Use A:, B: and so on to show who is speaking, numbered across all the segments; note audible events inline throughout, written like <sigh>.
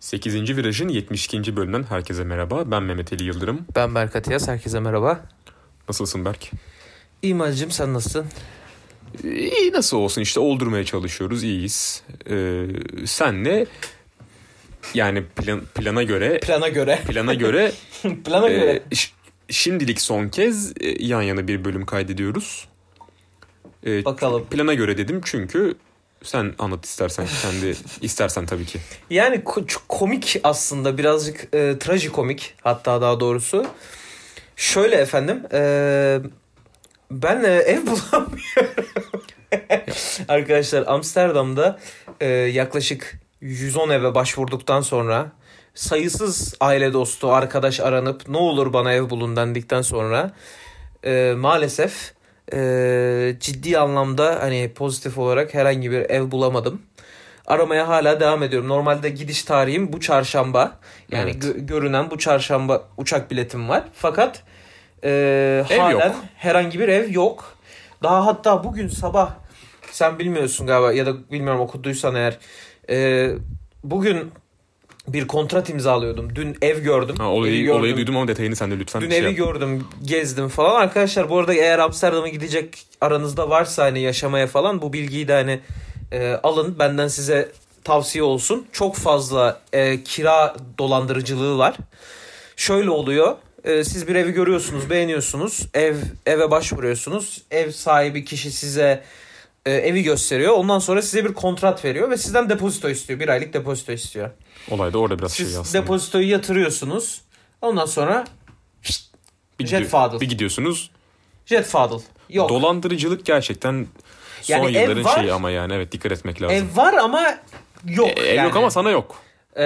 A: 8. Viraj'ın 72. bölümünden herkese merhaba. Ben Mehmet Ali Yıldırım.
B: Ben Berk Atiyaz, herkese merhaba.
A: Nasılsın Berk?
B: İmacım sen nasılsın?
A: İyi nasıl olsun işte oldurmaya çalışıyoruz. iyiyiz. Ee, senle yani plan, plana göre
B: Plana göre.
A: <laughs> plana göre,
B: <laughs> Plana
A: e, ş- şimdilik son kez e, yan yana bir bölüm kaydediyoruz. Ee,
B: Bakalım.
A: Plana göre dedim çünkü sen anlat istersen <laughs> kendi istersen tabii ki.
B: Yani ko- çok komik aslında birazcık e, trajikomik hatta daha doğrusu. Şöyle efendim e, ben e, ev <laughs> bulamıyorum. Arkadaşlar Amsterdam'da e, yaklaşık 110 eve başvurduktan sonra sayısız aile dostu arkadaş aranıp ne olur bana ev bulun dendikten sonra e, maalesef e, ciddi anlamda hani pozitif olarak herhangi bir ev bulamadım aramaya hala devam ediyorum. Normalde gidiş tarihim bu çarşamba. Yani
A: Evet.
B: gö- görünen bu çarşamba uçak biletim var. Fakat e,
A: Ev
B: halen
A: yok.
B: herhangi bir ev yok. Daha hatta bugün sabah sen bilmiyorsun galiba ya da bilmiyorum okuduysan eğer. e, bugün bir kontrat imzalıyordum. Dün ev gördüm.
A: Ha,
B: evi
A: olayı,
B: gördüm.
A: olayı duydum ama detayını sen de lütfen
B: Dün
A: şey
B: evi
A: yap.
B: gördüm, gezdim falan. Arkadaşlar bu arada eğer Amsterdam'a gidecek aranızda varsa hani yaşamaya falan bu bilgiyi de hani e, alın. Benden size tavsiye olsun. Çok fazla e, kira dolandırıcılığı var. Şöyle oluyor. e, siz bir evi görüyorsunuz, beğeniyorsunuz. Ev eve başvuruyorsunuz. Ev sahibi kişi size e, evi gösteriyor. Ondan sonra size bir kontrat veriyor ve sizden depozito istiyor. Bir aylık depozito istiyor.
A: Olay da orada biraz
B: Siz
A: şey aslında.
B: depozitoyu yatırıyorsunuz. Ondan sonra
A: bir,
B: Jet Fadıl.
A: bir gidiyorsunuz
B: Jet Fadıl. Yok.
A: Dolandırıcılık gerçekten son
B: Yani ev
A: yılların
B: var.
A: şeyi ama yani evet dikkat etmek lazım.
B: Ev var ama yok.
A: E, ev
B: yani.
A: yok ama sana yok.
B: Ee,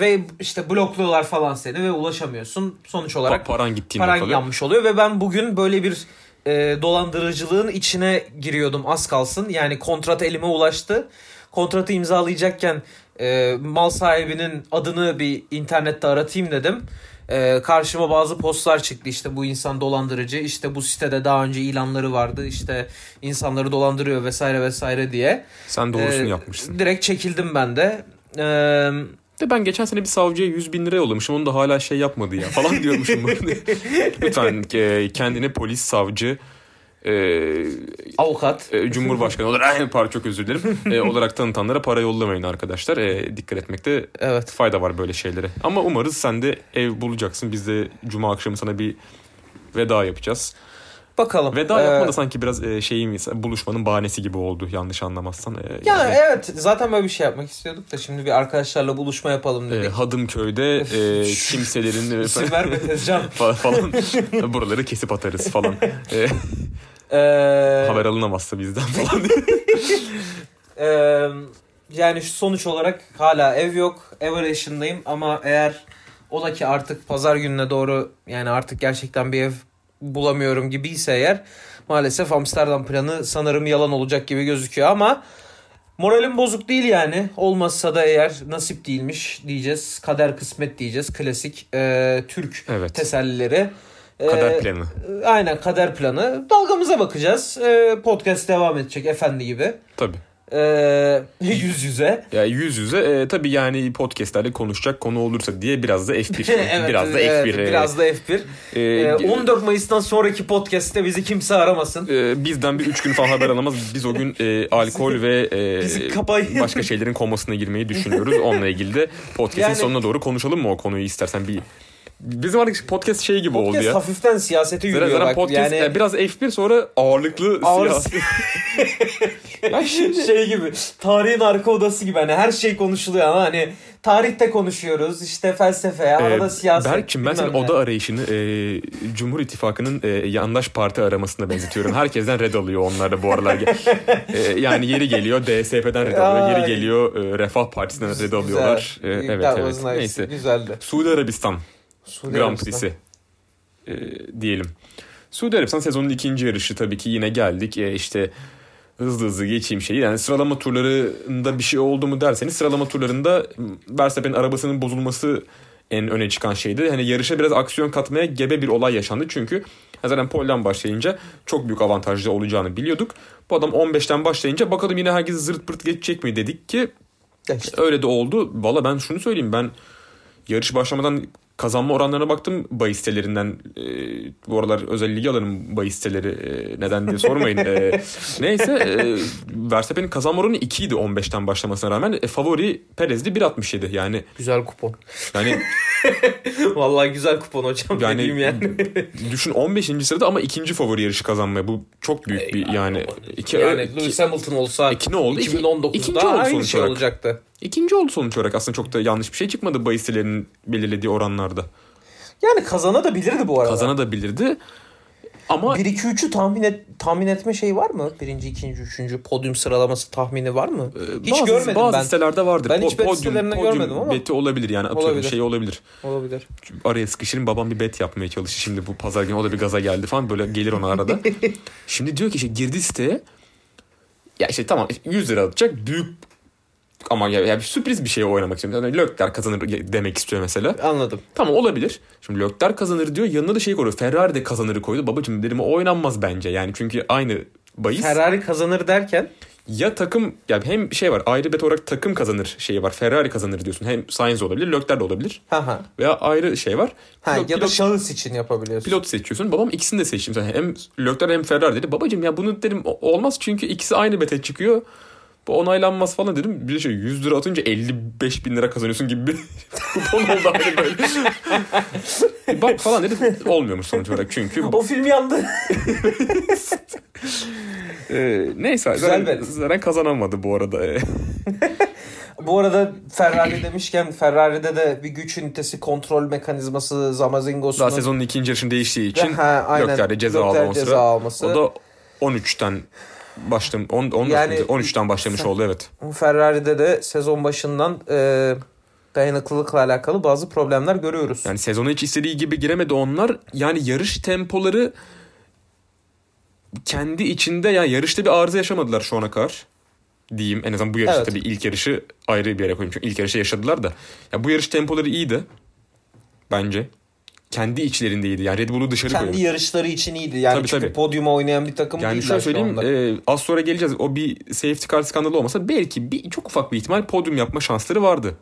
B: ve işte blokluyorlar falan seni ve ulaşamıyorsun. Sonuç
A: Pa-
B: olarak
A: paran gittiğinde
B: paran
A: kalıyor.
B: yanmış oluyor ve ben bugün böyle bir e, dolandırıcılığın içine giriyordum az kalsın. Yani kontrat elime ulaştı. Kontratı imzalayacakken e, mal sahibinin adını bir internette aratayım dedim. E, karşıma bazı postlar çıktı işte bu insan dolandırıcı işte bu sitede daha önce ilanları vardı işte insanları dolandırıyor vesaire vesaire diye.
A: Sen doğrusunu
B: Ee,
A: yapmışsın.
B: Direkt çekildim ben de. Ee,
A: De ben geçen sene bir savcıya 100 bin lira yollamışım onu da hala şey yapmadı ya
B: <laughs>
A: falan diyormuşum. Lütfen e, kendini polis, savcı, e,
B: avukat.
A: e, Cumhurbaşkanı olarak <laughs> par çok özür dilerim e, olarak tanıtanlara para yollamayın arkadaşlar. E, dikkat etmekte
B: Evet.
A: fayda var böyle şeylere. Ama umarız sen de ev bulacaksın. Biz de cuma akşamı sana bir veda yapacağız.
B: Bakalım.
A: Veda
B: Ee,
A: yapma da sanki biraz e, şeyim buluşmanın bahanesi gibi oldu yanlış anlamazsan. E,
B: Ya
A: yani,
B: evet zaten böyle bir şey yapmak istiyorduk da şimdi bir arkadaşlarla buluşma yapalım
A: e,
B: dedik.
A: Hadımköy'de e,
B: <laughs>
A: kimselerin e, <laughs>
B: İsim verme Tezcan.
A: fa- falan buraları kesip atarız falan. E,
B: Ee,
A: haber alınamazsa bizden
B: <laughs>
A: falan.
B: e, yani şu sonuç olarak hala ev yok. Ev arayışındayım ama eğer ola ki artık pazar gününe doğru yani artık gerçekten bir ev bulamıyorum gibiyse eğer maalesef Amsterdam planı sanırım yalan olacak gibi gözüküyor ama moralim bozuk değil yani. Olmazsa da eğer nasip değilmiş diyeceğiz. Kader kısmet diyeceğiz. Klasik e, Türk
A: evet.
B: tesellileri.
A: Kader
B: Ee,
A: planı.
B: Aynen kader planı. Dalgamıza bakacağız. Ee, podcast devam edecek efendi gibi.
A: Tabii.
B: Ee, <laughs> yüz yüze.
A: Ya yüz yüze e, tabii yani podcastlerle konuşacak konu olursa diye biraz da
B: <laughs>
A: F1. <laughs>
B: Evet,
A: biraz da
B: evet,
A: F1. e,
B: biraz da F1.
A: e,
B: Ee,
A: e,
B: 14 Mayıs'tan sonraki podcast'te bizi kimse aramasın.
A: e, bizden bir üç gün falan haber alamaz. Biz o gün e,
B: <laughs>
A: alkol ve e,
B: Bizi kapayın.
A: başka şeylerin komasına girmeyi düşünüyoruz. Onunla ilgili de podcast'in
B: Yani-
A: sonuna doğru konuşalım mı o konuyu istersen bir Bizim artık podcast şey gibi oldu
B: <laughs> podcast
A: ya.
B: hafiften siyasete
A: Zara
B: yürüyor
A: zara
B: bak.
A: podcast
B: yani
A: yani biraz F1 sonra ağırlıklı
B: <laughs> Ağır-
A: siyasi. <laughs>
B: <laughs>
A: ya şimdi
B: şey gibi tarihin arka odası gibi hani her şey konuşuluyor ama hani tarihte konuşuyoruz işte felsefe arada
A: Ee,
B: siyaset.
A: Berk'cim ben senin
B: bilmem ne.
A: oda arayışını e, Cumhur İttifakı'nın e, yandaş parti aramasına benzetiyorum. Herkesten red alıyor onlar da bu
B: <laughs>
A: aralar. E, yani yeri geliyor DSP'den red alıyor. Yeri
B: Ay.
A: geliyor e, Refah Partisi'nden red
B: Güzel.
A: alıyorlar. E,
B: That
A: evet evet.
B: was nice.
A: Neyse.
B: Güzeldi.
A: Suudi Arabistan.
B: Suudi
A: Grand
B: Arabistan.
A: Prix'si e, diyelim. Suudi Arabistan sezonun ikinci yarışı tabii ki yine geldik. E, işte hızlı hızlı geçeyim şeyi. Yani sıralama turlarında bir şey oldu mu derseniz sıralama turlarında m, Verstappen'in arabasının bozulması en öne çıkan şeydi. Hani yarışa biraz aksiyon katmaya gebe bir olay yaşandı. Çünkü zaten pole'den başlayınca çok büyük avantajlı olacağını biliyorduk. Bu adam 15'ten başlayınca bakalım yine herkes zırt pırt geçecek mi dedik ki
B: Ya işte.
A: Öyle de oldu. Valla ben şunu söyleyeyim ben yarış başlamadan kazanma oranlarına baktım bahis sitelerinden. E, bu aralar özel ligi alanım bahis siteleri e, neden diye sormayın. E, neyse e, Verstappen'in kazanma oranı 2 idi 15'ten başlamasına rağmen. E, favori Perez'di 1.67 yani.
B: Güzel kupon. <laughs>
A: Yani
B: Vallahi güzel kupon hocam. Yani,
A: yani, <laughs>
B: yani.
A: düşün 15. sırada ama ikinci favori yarışı kazanmaya. Bu çok büyük bir yani. iki,
B: <laughs> yani
A: iki-
B: Lewis Hamilton olsa
A: iki ne oldu? İki-
B: 2019'da
A: ikinci oldu
B: aynı
A: sonuç
B: şey
A: olarak.
B: olacaktı.
A: İkinci oldu sonuç olarak. Aslında çok da yanlış bir şey çıkmadı bahis sitelerinin belirlediği oranlarda.
B: Yani kazana da bilirdi bu arada.
A: Kazanabilirdi. Ama
B: 1 2 3'ü tahmin et, tahmin etme şeyi var mı? Birinci, ikinci, üçüncü podyum sıralaması tahmini var mı? hiç
A: Ee, bazı,
B: görmedim
A: bazı
B: ben.
A: sitelerde vardır.
B: Ben hiç bet
A: podyum-
B: sitelerinde
A: podyum
B: görmedim ama.
A: Beti olabilir yani atıyorum
B: Olabilir.
A: şey olabilir.
B: Olabilir.
A: Araya sıkışırım babam bir bet yapmaya çalışır. Şimdi bu pazar günü o da bir gaza geldi falan böyle gelir ona
B: <laughs>
A: arada. Şimdi diyor ki işte girdi siteye. Ya işte tamam 100 lira atacak büyük ama ya, ya bir sürpriz bir şey oynamak istiyorum. Yani Lökler kazanır demek istiyor mesela.
B: Anladım.
A: Tamam olabilir. Şimdi Lökler kazanır diyor. Yanına da şey koyuyor. Ferrari de kazanırı koydu. Babacım dedim o oynanmaz bence. Yani çünkü aynı bahis.
B: Ferrari kazanır derken
A: ya takım yani hem şey var ayrı bet olarak takım kazanır şeyi var. Ferrari kazanır diyorsun. Hem Sainz olabilir, Lökler de olabilir.
B: ha ha.
A: Veya ayrı şey var.
B: Ha,
A: pilot,
B: ya da
A: pilot,
B: şahıs için yapabiliyorsun.
A: pilot seçiyorsun. Babam ikisini de seçtim. Yani hem Lökler hem Ferrari dedi. Babacım ya bunu dedim o- olmaz çünkü ikisi aynı bete çıkıyor. Bu onaylanmaz falan dedim. Bir de şey 100 lira atınca 55 bin lira kazanıyorsun gibi bir <laughs> kupon oldu aynı
B: <laughs>
A: böyle. Bir Bak falan dedim. Olmuyormuş sonuç olarak çünkü.
B: O film yandı.
A: Ee, neyse.
B: Güzel
A: Güzel zaten,
B: bet.
A: zaten kazanamadı bu arada.
B: Bu arada Ferrari demişken Ferrari'de de bir güç ünitesi kontrol mekanizması Zamazingo'sunun
A: Daha sezonun ikinci yarışını değiştiği için
B: Ha, aynen.
A: Lökler de ceza
B: Lökler
A: aldı on
B: ceza
A: sıra.
B: alması.
A: O da 13'ten başlam 10
B: Yani-
A: 13'ten başlamış oldu evet.
B: Ferrari'de de sezon başından e, dayanıklılıkla alakalı bazı problemler görüyoruz.
A: Yani sezona hiç istediği gibi giremedi onlar. Yani yarış tempoları kendi içinde ya yarışta bir arıza yaşamadılar şu ana kadar diyeyim. En azından bu yarışta
B: Evet.
A: tabii ilk yarışı ayrı bir yere koyayım. Çünkü ilk yarışı yaşadılar da. Ya bu yarış tempoları iyiydi bence. Kendi içlerindeydi. Yani Red Bull'u dışarı
B: Kendi
A: koyuyor.
B: yarışları için iyiydi. Yani
A: Tabii,
B: çünkü
A: tabii.
B: podyuma oynayan bir takım
A: Yani
B: değiller
A: şöyle
B: şu
A: söyleyeyim
B: anda.
A: e, az sonra geleceğiz. O bir safety car skandalı olmasa belki bir, çok ufak bir ihtimal podyum yapma şansları vardı.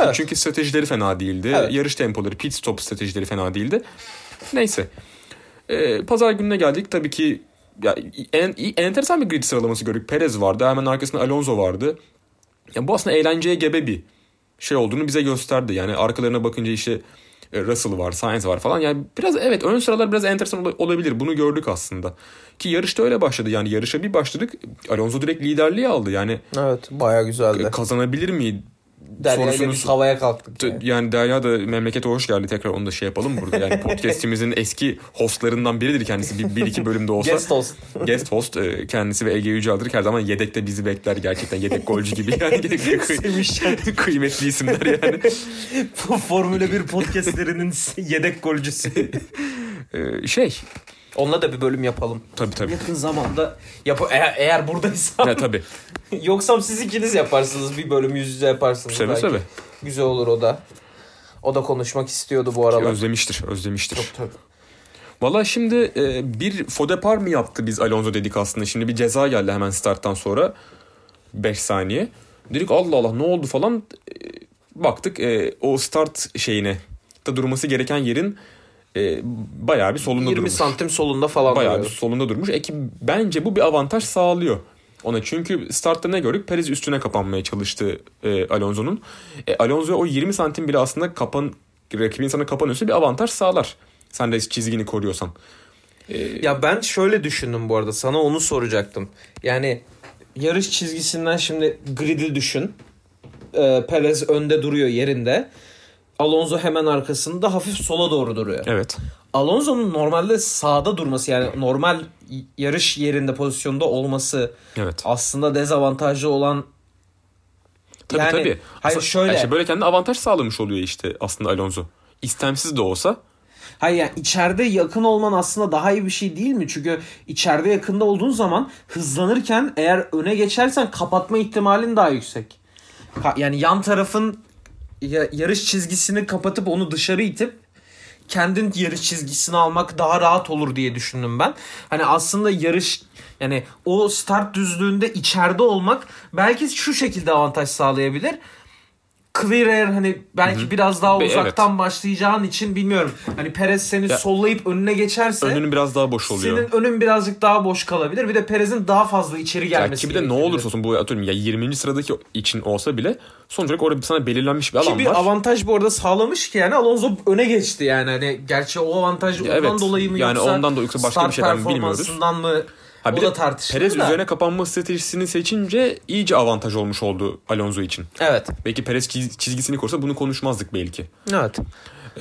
B: Evet.
A: Çünkü stratejileri fena değildi.
B: Evet.
A: Yarış tempoları, pit stop stratejileri fena değildi. Neyse. E, Pazar gününe geldik. Tabii ki ya, en, enteresan bir grid sıralaması gördük. Perez vardı. Hemen arkasında Alonso vardı. Ya, bu aslında eğlenceye gebe bir şey olduğunu bize gösterdi. Yani arkalarına bakınca işte e, Russell var, Sainz var falan. Yani biraz evet ön sıralar biraz enteresan ola- olabilir. Bunu gördük aslında. Ki yarışta öyle başladı. Yani yarışa bir başladık. Alonso direkt liderliği aldı. Yani e,
B: Evet baya güzeldi.
A: kazanabilir mi?
B: Derya ile
A: sorusunuz-
B: biz havaya kalktık.
A: T-
B: yani.
A: Yani Derya da memlekete hoş geldi. Tekrar onu da şey yapalım burada.
B: <laughs>
A: Yani podcastimizin eski hostlarından biridir kendisi. Bir, bir iki bölümde olsa. <laughs>
B: Guest olsun.
A: Guest host e, kendisi ve Ege Yücel'dir. Her zaman yedekte bizi bekler gerçekten. Yedek golcü gibi.
B: <laughs>
A: Yani <laughs> Kıy- kıymetli isimler yani.
B: Formula 1 podcastlerinin <laughs> yedek golcüsü. Ee,
A: E, şey.
B: Onunla da bir bölüm yapalım.
A: Tabii
B: <laughs>
A: tabii.
B: Yakın zamanda yap eğer, eğer buradaysam.
A: Ya, tabii.
B: <laughs> Yoksam siz ikiniz yaparsınız bir bölüm yüz yüze yaparsınız.
A: Seve
B: belki.
A: seve.
B: Güzel olur o da. O da konuşmak istiyordu bu aralar.
A: Özlemiştir, özlemiştir.
B: Çok tabii.
A: Valla şimdi e, bir fodepar mı yaptı biz Alonso dedik aslında. Şimdi bir ceza geldi hemen starttan sonra. 5 saniye. Dedik Allah Allah ne oldu falan. E, baktık e, o start şeyine da durması gereken yerin e, bayağı bir solunda
B: 20
A: durmuş.
B: santim solunda falan
A: Bayağı bir
B: duruyor.
A: solunda durmuş. E ki bence bu bir avantaj sağlıyor ona. Çünkü startta ne gördük? Perez üstüne kapanmaya çalıştı e, Alonso'nun. E, Alonso'ya o 20 santim bile aslında kapan rakibin sana kapanıyorsa bir avantaj sağlar. Sen de çizgini koruyorsan. şey.
B: Ya ben şöyle düşündüm bu arada. Sana onu soracaktım. Yani yarış çizgisinden şimdi grid'i düşün. Ee, Perez önde duruyor yerinde. Alonso hemen arkasında hafif sola doğru duruyor.
A: Evet.
B: Alonso'nun normalde sağda durması yani normal y- yarış yerinde pozisyonda olması
A: Evet.
B: aslında dezavantajlı olan
A: Tabii
B: yani-
A: tabii.
B: Hayır, şöyle-
A: işte böyle kendine avantaj sağlamış oluyor işte aslında Alonso. İstemsiz de olsa.
B: Hayır yani içeride yakın olman aslında daha iyi bir şey değil mi? Çünkü içeride yakında olduğun zaman hızlanırken eğer öne geçersen kapatma ihtimalin daha yüksek. Ha- yani yan tarafın ya- yarış çizgisini kapatıp onu dışarı itip kendin yarış çizgisini almak daha rahat olur diye düşündüm ben. Hani aslında yarış yani o start düzlüğünde içeride olmak belki şu şekilde avantaj sağlayabilir. Clear air hani belki biraz daha
A: Be-
B: uzaktan başlayacağın için bilmiyorum. Hani Perez seni
A: Ya-
B: sollayıp önüne geçerse
A: Önünün biraz daha boş oluyor.
B: senin önün birazcık daha boş kalabilir. Bir de Perez'in daha fazla içeri
A: Ya
B: gelmesi
A: ki bir de ne
B: gerekebilir.
A: olursa olsun bu atıyorum ya 20. sıradaki için olsa bile sonuç olarak orada sana belirlenmiş bir
B: Ki
A: alan
B: bir
A: var.
B: avantaj bu arada sağlamış ki yani Alonso öne geçti yani hani gerçi o avantaj
A: Ya
B: ondan
A: evet.
B: dolayı mı
A: Yani
B: yoksa
A: ondan da yoksa başka
B: start
A: bir şeyden bilmiyoruz.
B: performansından mı
A: Ha
B: o
A: bir
B: da
A: de
B: tartışılır
A: Perez
B: da.
A: üzerine kapanma stratejisini seçince iyice avantaj olmuş oldu Alonso için.
B: Evet.
A: Belki Perez çiz- çizgisini korusa bunu konuşmazdık belki.
B: Evet.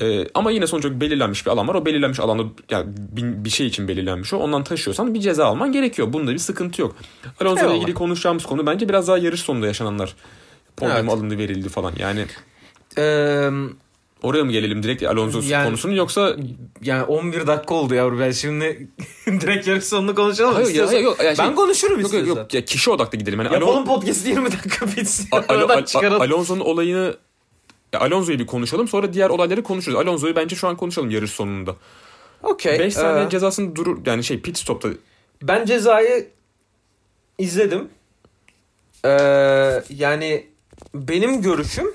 A: Ee, ama yine sonuç olarak belirlenmiş bir alan var. O belirlenmiş alanda yani bin- bir şey için belirlenmiş o. Ondan taşıyorsan bir ceza alman gerekiyor. Bunda bir sıkıntı yok. Alonso ile
B: Eyvallah.
A: ilgili konuşacağımız konu bence biraz daha yarış sonunda yaşananlar. Podyum
B: Evet.
A: alındı verildi falan. Yani
B: Ee,
A: oraya mı gelelim direkt Alonso
B: Yani-
A: konusunu yoksa
B: yani 11 dakika oldu yavru ben şimdi <laughs> direkt yarış sonunu konuşalım mı
A: Hayır,
B: istiyorsan?
A: hayır, yok, yani şey-
B: ben konuşurum
A: yok yok,
B: istiyorsan.
A: yok. Ya kişi odaklı gidelim. Yani
B: Yapalım
A: Alon-
B: podcast'i 20 dakika bitsin.
A: A- Alo-
B: Oradan
A: Al-
B: çıkaralım.
A: Alonso'nun olayını ya Alonso'yu bir konuşalım sonra diğer olayları konuşuruz. Alonso'yu bence şu an konuşalım yarış sonunda.
B: Okey.
A: 5 saniye
B: ee,
A: cezasını durur yani şey pit stopta
B: Ben cezayı izledim. Ee, yani benim görüşüm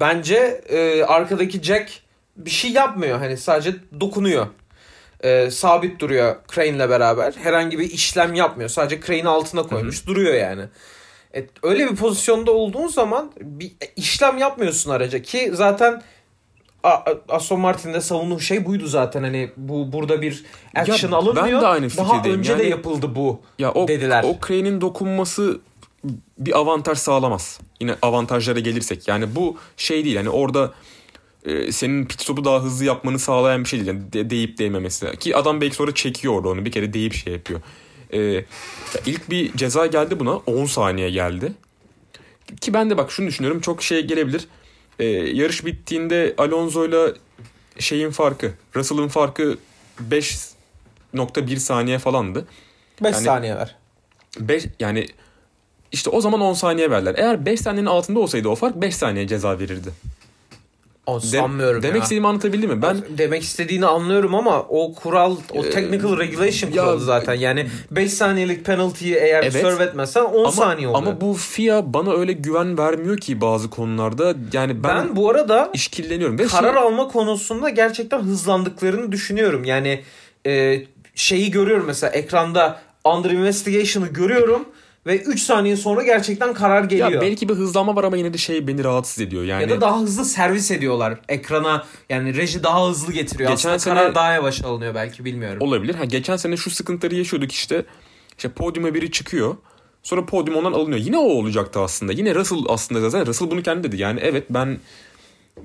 B: bence e, arkadaki Jack bir şey yapmıyor. Hani sadece dokunuyor. Ee, sabit duruyor Crane'le beraber. Herhangi bir işlem yapmıyor. Sadece Crane'i altına koymuş. Duruyor yani. E, öyle bir pozisyonda olduğun zaman bir işlem yapmıyorsun araca ki zaten A- A- Aston Martin'de savunduğu şey buydu zaten hani bu burada bir action
A: Ya
B: alınmıyor.
A: ben de aynı
B: Daha
A: fikirdeyim.
B: önce de
A: Yani-
B: yapıldı bu.
A: ya o
B: Dediler.
A: o Crane'in dokunması bir avantaj sağlamaz. Yine avantajlara gelirsek yani bu şey değil hani orada e, senin pit stopu daha hızlı yapmanı sağlayan bir şey değil. Yani de- deyip değmemesi. Ki adam belki sonra çekiyor orada onu bir kere deyip şey yapıyor. E, ya ilk bir ceza geldi buna 10 saniye geldi. Ki ben de bak şunu düşünüyorum çok şey gelebilir. Ee, yarış bittiğinde Alonso'yla şeyin farkı, Russell'ın farkı 5.1 saniye falandı.
B: 5
A: yani-
B: saniye ver.
A: 5 yani işte o zaman 10 saniye verdiler. Eğer 5 saniyenin altında olsaydı o fark 5 saniye ceza verirdi.
B: O,
A: De-
B: sanmıyorum
A: Demek
B: ya.
A: istediğimi anlatabildim mi? Ben Ee,
B: Demek istediğini anlıyorum ama o kural, o technical regulation
A: ya-
B: kuralı zaten. Yani 5 saniyelik penalty'yi eğer
A: Evet.
B: serve etmezsen 10
A: ama,
B: saniye oluyor.
A: ama bu FIA bana öyle güven vermiyor ki bazı konularda. Yani ben,
B: ben, bu arada
A: işkilleniyorum. Ve
B: karar
A: şey-
B: alma konusunda gerçekten hızlandıklarını düşünüyorum. Yani e, şeyi görüyorum mesela ekranda under investigation'ı görüyorum ve 3 saniye sonra gerçekten karar geliyor.
A: ya belki bir hızlanma var ama yine de şey beni rahatsız ediyor. Yani
B: Ya da daha hızlı servis ediyorlar ekrana. Yani reji daha hızlı getiriyor.
A: Geçen
B: Aslında
A: sene-
B: karar daha yavaş alınıyor belki bilmiyorum.
A: olabilir. Ha geçen sene şu sıkıntıları yaşıyorduk işte. İşte podyuma biri çıkıyor. Sonra podyum ondan alınıyor. Yine o olacaktı aslında. Yine Russell aslında zaten Russell bunu kendi dedi. Yani evet ben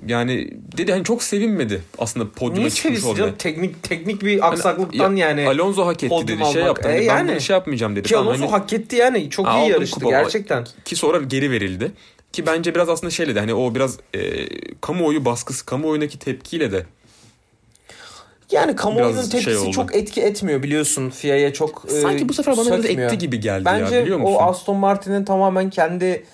A: yani dedi hani çok sevinmedi aslında podyuma
B: Niye
A: çıkmış
B: sevinsin
A: olmaya. Hani,
B: canım? Teknik, teknik bir aksaklıktan
A: Ya,
B: yani.
A: Alonso hak etti
B: podyum
A: dedi. Şey
B: almak.
A: yaptı.
B: E,
A: Hani
B: yani.
A: Ben bunu şey yapmayacağım dedi.
B: ki
A: falan.
B: Alonso
A: Hani-
B: hak etti yani. Çok
A: Ha,
B: iyi
A: aldım
B: yarıştı
A: kupa.
B: gerçekten.
A: ki sonra geri verildi. Ki bence biraz aslında şeyle de hani o biraz e, kamuoyu baskısı, kamuoyundaki tepkiyle de
B: Yani kamuoyunun
A: Biraz şey
B: tepkisi
A: oldu.
B: çok etki etmiyor biliyorsun. FIA'ya çok e,
A: sanki bu sefer bana biraz
B: sökmüyor.
A: etti gibi geldi
B: Bence
A: ya biliyor musun?
B: o Aston Martin'in tamamen kendi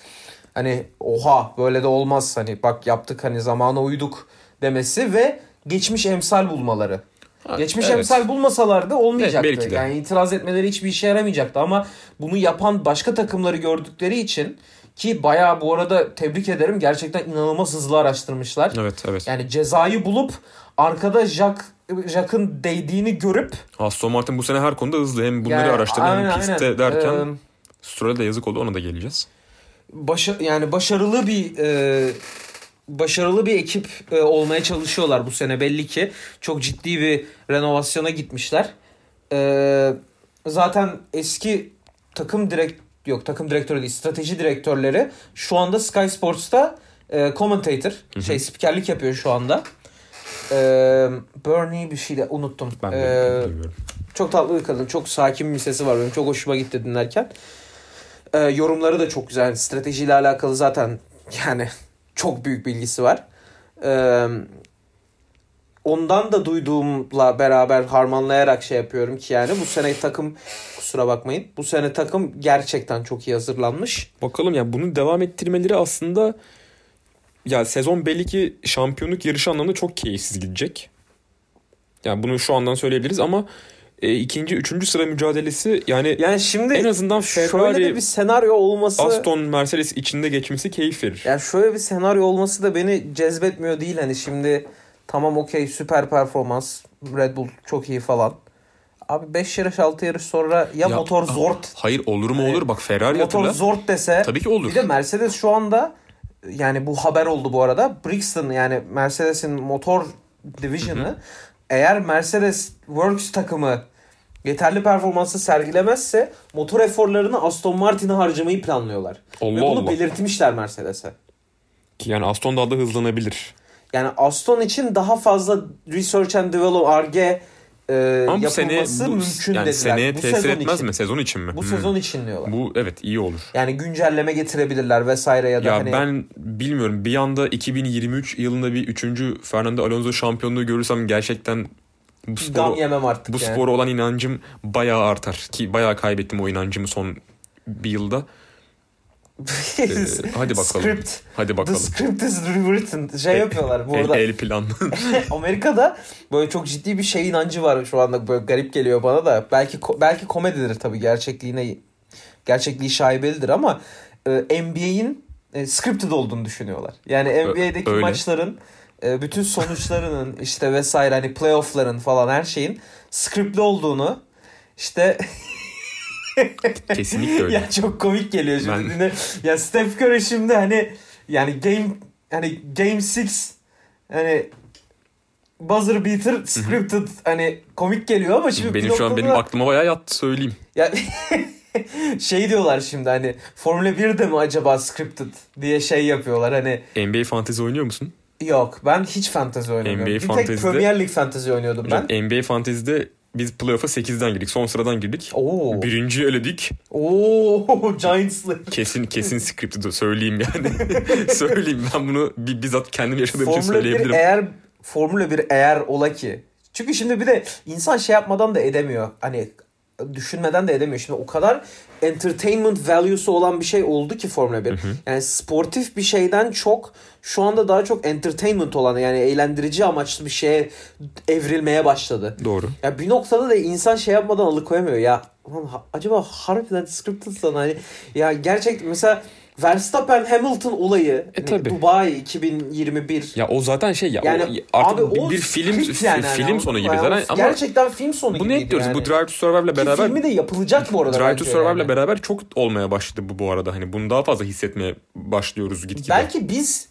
B: hani oha böyle de olmaz hani bak yaptık hani zamana uyduk demesi ve geçmiş emsal bulmaları.
A: Ha,
B: Geçmiş
A: evet.
B: emsal bulmasalardı olmayacaktı.
A: Evet, belki de.
B: Yani itiraz etmeleri hiçbir işe yaramayacaktı ama bunu yapan başka takımları gördükleri için ki bayağı bu arada tebrik ederim gerçekten inanılmaz hızlı araştırmışlar.
A: Evet evet.
B: Yani cezayı bulup arkada Jack Jack'ın değdiğini görüp
A: Aston Martin bu sene her konuda hızlı. Hem bunları
B: yani
A: araştırdı hem
B: aynen,
A: pistte
B: aynen.
A: derken
B: Ee,
A: Stroll'e de yazık oldu ona da geleceğiz.
B: başa- yani başarılı bir e, başarılı bir ekip e, olmaya çalışıyorlar bu sene belli ki. Çok ciddi bir renovasyona gitmişler. E, zaten eski takım direkt yok takım direktörü değil strateji direktörleri şu anda Sky Sports'ta e, commentator şey spikerlik yapıyor şu anda. E, Bernie bir şey de unuttum.
A: Ben de
B: E,
A: bilmiyorum.
B: çok tatlı bir kadın. Çok sakin bir sesi var benim. Çok hoşuma gitti dinlerken. Ee, yorumları da çok güzel. Stratejiyle alakalı zaten yani çok büyük bilgisi var. Ee, ondan da duyduğumla beraber harmanlayarak şey yapıyorum ki yani bu sene takım kusura bakmayın. Bu sene takım gerçekten çok iyi hazırlanmış.
A: Bakalım ya bunu devam ettirmeleri aslında ya sezon belli ki şampiyonluk yarışı anlamında çok keyifsiz gidecek. Yani bunu şu andan söyleyebiliriz ama e, ikinci, üçüncü sıra mücadelesi yani,
B: Yani şimdi
A: en azından
B: şöyle de
A: Ferrari,
B: bir senaryo olması
A: Aston, Mercedes içinde geçmesi keyif verir.
B: yani şöyle bir senaryo olması da beni cezbetmiyor değil hani şimdi tamam okey süper performans Red Bull çok iyi falan. Abi 5 yarış 6 yarış sonra ya,
A: Ya-
B: motor zort
A: Hayır olur mu olur bak Ferrari
B: motor
A: hatırla.
B: zort dese
A: Tabii ki olur.
B: Bir de Mercedes şu anda yani bu haber oldu bu arada. Brixton yani Mercedes'in motor division'ı eğer Mercedes Works takımı yeterli performansı sergilemezse motor eforlarını Aston Martin'e harcamayı planlıyorlar.
A: Allah
B: Ve bunu
A: Allah.
B: belirtmişler Mercedes'e.
A: Yani Aston daha da hızlanabilir.
B: Yani Aston için daha fazla research and develop ARGE e,
A: Ama bu
B: yapılması
A: sene bu,
B: mümkün
A: yani
B: dediler.
A: seneye
B: bu
A: tesir
B: sezon
A: etmez
B: için.
A: mi? Sezon için mi?
B: Bu
A: Hmm.
B: sezon için diyorlar.
A: Bu evet iyi olur.
B: Yani güncelleme getirebilirler vesaire ya da
A: Ya
B: hani
A: ben bilmiyorum bir anda 2023 yılında bir 3. Fernando Alonso şampiyonluğu görürsem gerçekten bu
B: gam
A: sporu,
B: yemem artık
A: bu
B: yani. <laughs>
A: spora olan inancım bayağı artar. Ki bayağı kaybettim o inancımı son bir
B: <laughs>
A: yılda. Ee, hadi bakalım.
B: Script.
A: Hadi
B: The
A: bakalım.
B: script is rewritten. Şey yapıyorlar bu
A: El,
B: arada.
A: el
B: <laughs>
A: plan.
B: Amerika'da böyle çok ciddi bir şey inancı var şu anda. Böyle garip geliyor bana da. Belki ko- belki komedidir tabii gerçekliğine gerçekliği şaibelidir ama e, NBA'in e, scripted olduğunu düşünüyorlar. Yani NBA'deki
A: öyle.
B: maçların e, bütün sonuçlarının işte vesaire hani playoff'ların falan her şeyin scriptli olduğunu işte
A: Kesinlikle öyle.
B: <laughs> ya çok komik geliyor şimdi. <laughs>
A: Ben-
B: Yine- ya Steph Curry şimdi hani yani game hani game 6 hani buzzer beater scripted hani komik geliyor ama şimdi
A: benim
B: bir
A: şu an benim
B: noktada-
A: aklıma bayağı yattı söyleyeyim.
B: ya <laughs> şey diyorlar şimdi hani Formula 1'de mi acaba scripted diye şey yapıyorlar hani
A: NBA fantezi oynuyor musun?
B: yok ben hiç fantezi oynamıyorum.
A: NBA
B: bir tek
A: fantezide-
B: Premier League fantezi oynuyordum ben.
A: Hocam NBA fantezide biz playoff'a 8'den girdik. Son sıradan girdik.
B: Oo.
A: Birinci eledik.
B: Oo <laughs> Giants'lı.
A: Kesin kesin scripti de söyleyeyim yani. <laughs> söyleyeyim ben bunu bi- bizzat kendim yaşadığım için
B: Formula e, 1
A: söyleyebilirim.
B: eğer Formula 1 eğer ola ki. Çünkü şimdi bir de insan şey yapmadan da edemiyor. Hani düşünmeden de edemiyor. Şimdi o kadar entertainment value'su olan bir şey oldu ki Formula 1. Yani sportif bir şeyden çok şu anda daha çok entertainment olan yani eğlendirici amaçlı bir şeye evrilmeye başladı.
A: Doğru.
B: Ya bir noktada da insan şey yapmadan alıkoyamıyor ya. Ulan ha- acaba harbiden scripted sana hani ya gerçek mesela Verstappen Hamilton olayı
A: E,
B: hani
A: tabii.
B: Dubai 2021
A: Ya o zaten şey ya
B: yani
A: o, artık
B: abi o
A: bir film
B: script yani hani
A: film
B: anladın
A: sonu
B: mı?
A: gibi
B: Yani
A: zaten
B: o-
A: ama
B: gerçekten film sonu
A: bunu
B: gibiydi
A: hep diyoruz.
B: yani.
A: Bu Drive to Survive'la
B: Ki
A: beraber
B: filmi de yapılacak bu arada.
A: Drive to
B: bence
A: Survive'la
B: yani.
A: beraber çok olmaya başladı bu bu arada. Hani bunu daha fazla hissetmeye başlıyoruz gitgide.
B: Belki biz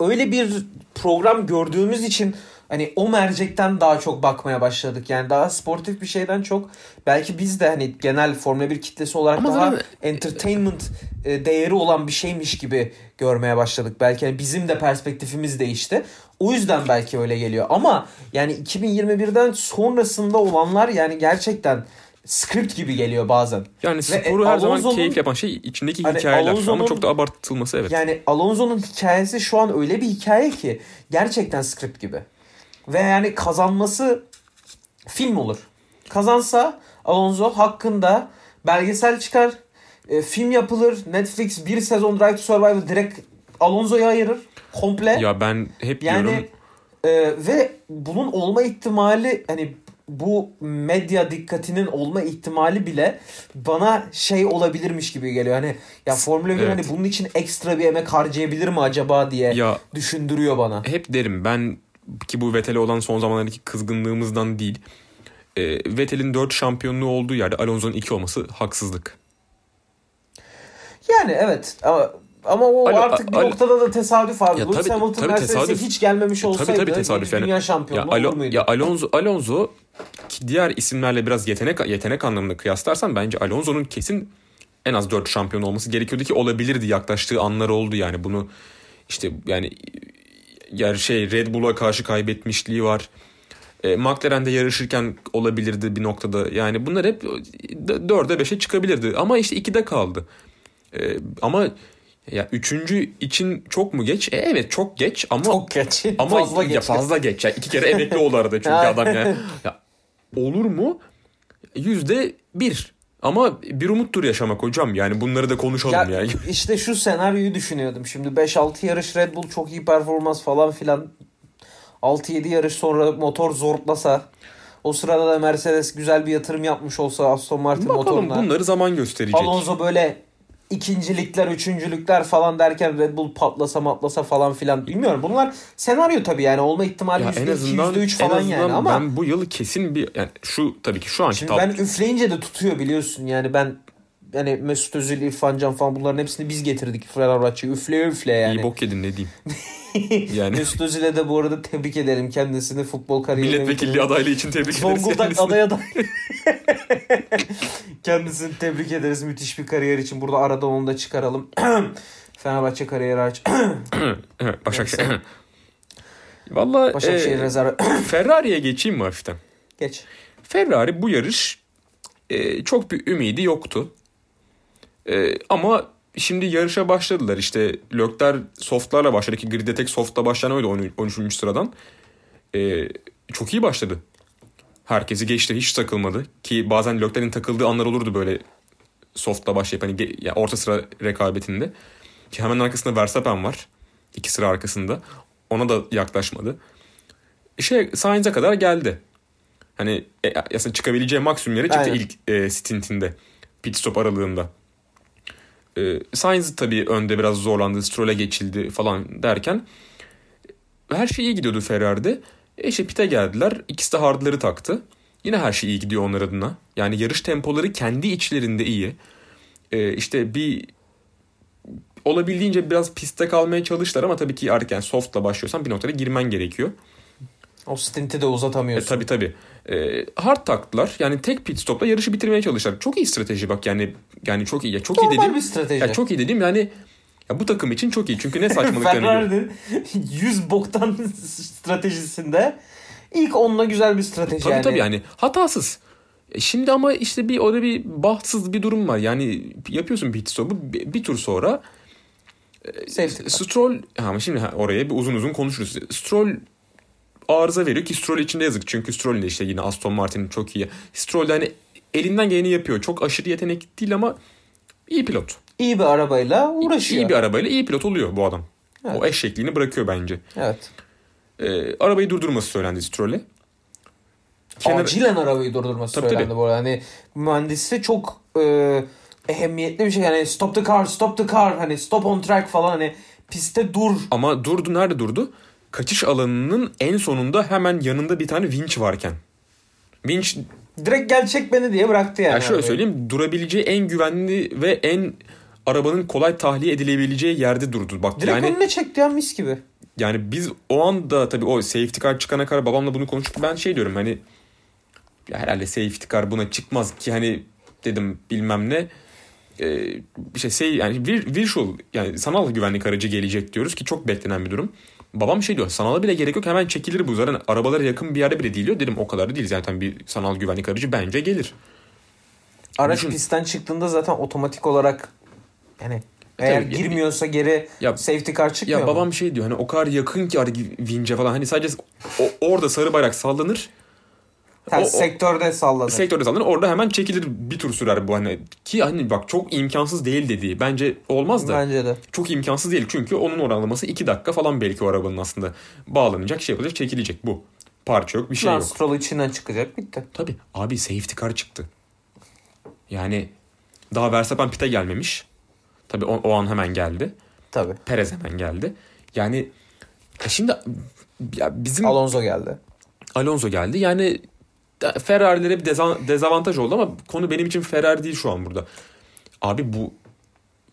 B: öyle bir program gördüğümüz için hani o mercekten daha çok bakmaya başladık. Yani daha sportif bir şeyden çok belki biz de hani genel Formula 1 kitlesi olarak
A: Ama
B: daha
A: zaten-
B: entertainment e, değeri olan bir şeymiş gibi görmeye başladık. Belki hani bizim de perspektifimiz değişti. O yüzden belki öyle geliyor. Ama yani 2021'den sonrasında olanlar yani gerçekten script gibi geliyor bazen.
A: Yani
B: Ve, e,
A: sporu her zaman
B: Alonso'nun-
A: keyif yapan şey içindeki
B: Hani
A: hikayeler
B: Alonso'nun-
A: ama çok da abartılması evet.
B: Yani Alonso'nun hikayesi şu an öyle bir hikaye ki gerçekten script gibi. Ve yani kazanması film olur. Kazansa Alonso hakkında belgesel çıkar, e, film yapılır, Netflix bir sezon Drive to Survive'ı direkt Alonso'ya ayırır komple.
A: ya ben hep diyorum
B: Yani e, ve bunun olma ihtimali hani bu medya dikkatinin olma ihtimali bile bana şey olabilirmiş gibi geliyor. Hani ya Formula 1
A: Evet.
B: hani bunun için ekstra bir emek harcayabilir mi acaba diye
A: ya
B: düşündürüyor bana.
A: hep derim ben ki bu Vettel'e olan son zamanlardaki kızgınlığımızdan değil. E, Vettel'in 4 şampiyonluğu olduğu yerde Alonso'nun 2 olması haksızlık.
B: Yani evet ama, ama o
A: Alo,
B: artık bir
A: alo.
B: noktada da tesadüf abi.
A: Ya
B: Lewis
A: tabii-
B: Hamilton
A: tabii
B: Mercedes'e
A: tesadüf.
B: hiç gelmemiş
A: E,
B: olsaydı
A: tabii tabii tesadüf yani.
B: dünya
A: Ya,
B: şampiyonluğu
A: Alo-
B: olur muydu?
A: ya Alonso Alonso ki diğer isimlerle biraz yetenek yetenek anlamında kıyaslarsan bence Alonso'nun kesin en az 4 şampiyon olması gerekiyordu ki olabilirdi yaklaştığı anlar oldu yani bunu işte yani yani şey Red Bull'a karşı kaybetmişliği var. E, McLaren'de yarışırken olabilirdi bir noktada. Yani bunlar hep 4'e 5'e çıkabilirdi ama işte 2'de kaldı. E, ama ya üçüncü için çok mu geç? E, evet çok geç ama
B: çok geç.
A: ama
B: fazla
A: ya
B: geç.
A: fazla geç. Ya. İki kere
B: <laughs>
A: emekli oldu arada çünkü adam yani. Ya, olur mu? Yüzde bir. Ama bir umuttur yaşamak hocam. Yani bunları da konuşalım
B: Ya
A: <laughs>
B: <laughs>
A: yani.
B: işte şu senaryoyu düşünüyordum. Şimdi 5-6 yarış Red Bull çok iyi performans falan filan. 6-7 yarış sonra motor zorlasa. O sırada da Mercedes güzel bir yatırım yapmış olsa Aston Martin
A: Bakalım
B: motoruna.
A: bunları zaman gösterecek.
B: Alonso böyle ikincilikler, üçüncülükler falan derken Red Bull patlasa matlasa falan filan. Bilmiyorum bunlar senaryo tabii yani olma ihtimali
A: Ya en
B: %2,
A: azından,
B: %3
A: en
B: falan yani
A: azından
B: ama.
A: ben bu yıl kesin bir yani şu tabii ki şu anki
B: Şimdi
A: tab-
B: ben üfleyince de tutuyor biliyorsun yani ben yani Mesut Özil, İrfan Can falan bunların hepsini biz getirdik Fenerbahçe'ye üfleye üfle yani.
A: iyi bok yedin ne
B: <laughs>
A: diyeyim. yani
B: Mesut Özil'e de bu arada tebrik ederim kendisini futbol kariyerine.
A: <laughs> milletvekilliği adaylığı için tebrik ederiz.
B: Zonguldak
A: kendisini.
B: aday aday. <laughs> kendisini tebrik ederiz müthiş bir kariyer için. Burada arada onu da çıkaralım. <clears throat> Fenerbahçe
A: <clears throat>
B: kariyeri aç.
A: Evet, <laughs> Başakşehir. Valla
B: Başakşehir rezerv.
A: Ferrari'ye geçeyim mi hafiften?
B: <clears throat> Geç.
A: Ferrari bu yarış e, çok bir ümidi yoktu. E, ama şimdi yarışa başladılar. İşte Lökler softlarla başladı ki gridde tek softla başlayan oydu 13. 13. sıradan. E, çok iyi başladı. Herkesi geçti hiç takılmadı. Ki bazen Lökler'in takıldığı anlar olurdu böyle softla başlayıp hani ge- ya orta sıra rekabetinde. Ki hemen arkasında Verstappen var. İki sıra arkasında. Ona da yaklaşmadı. Şey Sainz'e kadar geldi. Hani e, aslında çıkabileceği maksimum yere çıktı
B: Aynen.
A: ilk e, stintinde. Pit stop aralığında. E, Sainz tabii önde biraz zorlandı. Stroll'e geçildi falan derken her şey iyi gidiyordu Ferrari'de. E işte pite geldiler. İkisi de hardları taktı. Yine her şey iyi gidiyor onlar adına. Yani yarış tempoları kendi içlerinde iyi. E, işte bir olabildiğince biraz pistte kalmaya çalıştılar ama tabii ki erken softla başlıyorsan bir noktada girmen gerekiyor.
B: O stinti de
A: E,
B: uzatamıyorsun.
A: tabii tabii. E, hard taktılar. Yani tek pit stopla yarışı bitirmeye çalıştılar. Çok iyi strateji bak yani yani çok iyi. Ya çok iyi
B: Normal
A: dedim.
B: bir strateji.
A: Ya çok iyi dedim yani ya bu takım için çok iyi.
B: <laughs>
A: Çünkü ne saçmalıklarını görüyoruz.
B: Ferrari'nin 100 boktan stratejisinde ilk onunla güzel bir strateji
A: Tabii
B: yani.
A: tabii yani hatasız. E, Şimdi ama işte bir orada bir bahtsız bir durum var. Yani yapıyorsun pit stopu bir, bir tur sonra
B: Safety car.
A: Stroll ha, ama şimdi ha, oraya bir uzun uzun konuşuruz. Stroll arıza veriyor ki Stroll içinde yazık. Çünkü Stroll de işte yine Aston Martin'in çok iyi. Stroll de hani elinden geleni yapıyor. Çok aşırı yetenek değil ama iyi pilot.
B: İyi bir arabayla uğraşıyor.
A: İyi bir arabayla iyi pilot oluyor bu adam.
B: Evet.
A: O eşekliğini bırakıyor bence.
B: Evet.
A: E, arabayı durdurması söylendi Stroll'e. Kenara-
B: Acilen arabayı durdurması
A: Tabii,
B: söylendi
A: tabii.
B: bu arada. Hani mühendisi çok e, ehemmiyetli bir şey. Hani stop the car, stop the car. Hani stop on track falan. Hani piste dur.
A: Ama durdu nerede durdu? Kaçış alanının en sonunda hemen yanında bir tane vinç varken. Vinç
B: Direkt gel çek beni diye bıraktı yani.
A: ya şöyle
B: arabayı.
A: söyleyeyim durabileceği en güvenli ve en arabanın kolay tahliye edilebileceği yerde durdu. Bak
B: Direkt
A: yani
B: önüne çekti ya mis gibi.
A: yani biz o anda tabii o safety car çıkana kadar babamla bunu konuştuk. Ben şey diyorum hani ya herhalde safety car buna çıkmaz ki hani dedim bilmem ne. Ee, işte şey yani vir- virtual yani sanal güvenlik aracı gelecek diyoruz ki çok beklenen bir durum. Babam şey diyor sanala bile gerek yok hemen çekilir bu zaten arabalara yakın bir yerde bile değil diyor. Dedim o kadar da değil zaten bir sanal güvenlik aracı bence gelir.
B: Araç
A: Düşün.
B: pistten çıktığında zaten otomatik olarak yani eğer
A: E, tabii.
B: girmiyorsa geri
A: Ya-
B: safety car çıkmıyor
A: Ya
B: mu?
A: babam şey diyor hani o kadar yakın ki hani vince falan hani sadece o- orada sarı bayrak sallanır.
B: Ters
A: o- o-
B: sektörde salladı.
A: Sektörde sallanır orada hemen çekilir bir tur sürer bu hani. Ki hani bak çok imkansız değil dediği bence olmaz da.
B: Bence de.
A: Çok imkansız değil çünkü onun oranlaması 2 dakika falan belki o arabanın aslında. Bağlanacak şey yapılacak çekilecek bu. Parça yok bir şey
B: Lan
A: yok.
B: Stroll içinden çıkacak bitti.
A: Tabii abi safety car çıktı. Yani daha Verstappen pite gelmemiş. Tabii o, o an hemen geldi.
B: Tabii.
A: Perez hemen geldi. Yani e şimdi ya bizim
B: Alonso geldi.
A: Alonso geldi. Yani da- Ferrari'lere bir deza- dezavantaj oldu ama konu benim için Ferrari değil şu an burada. Abi bu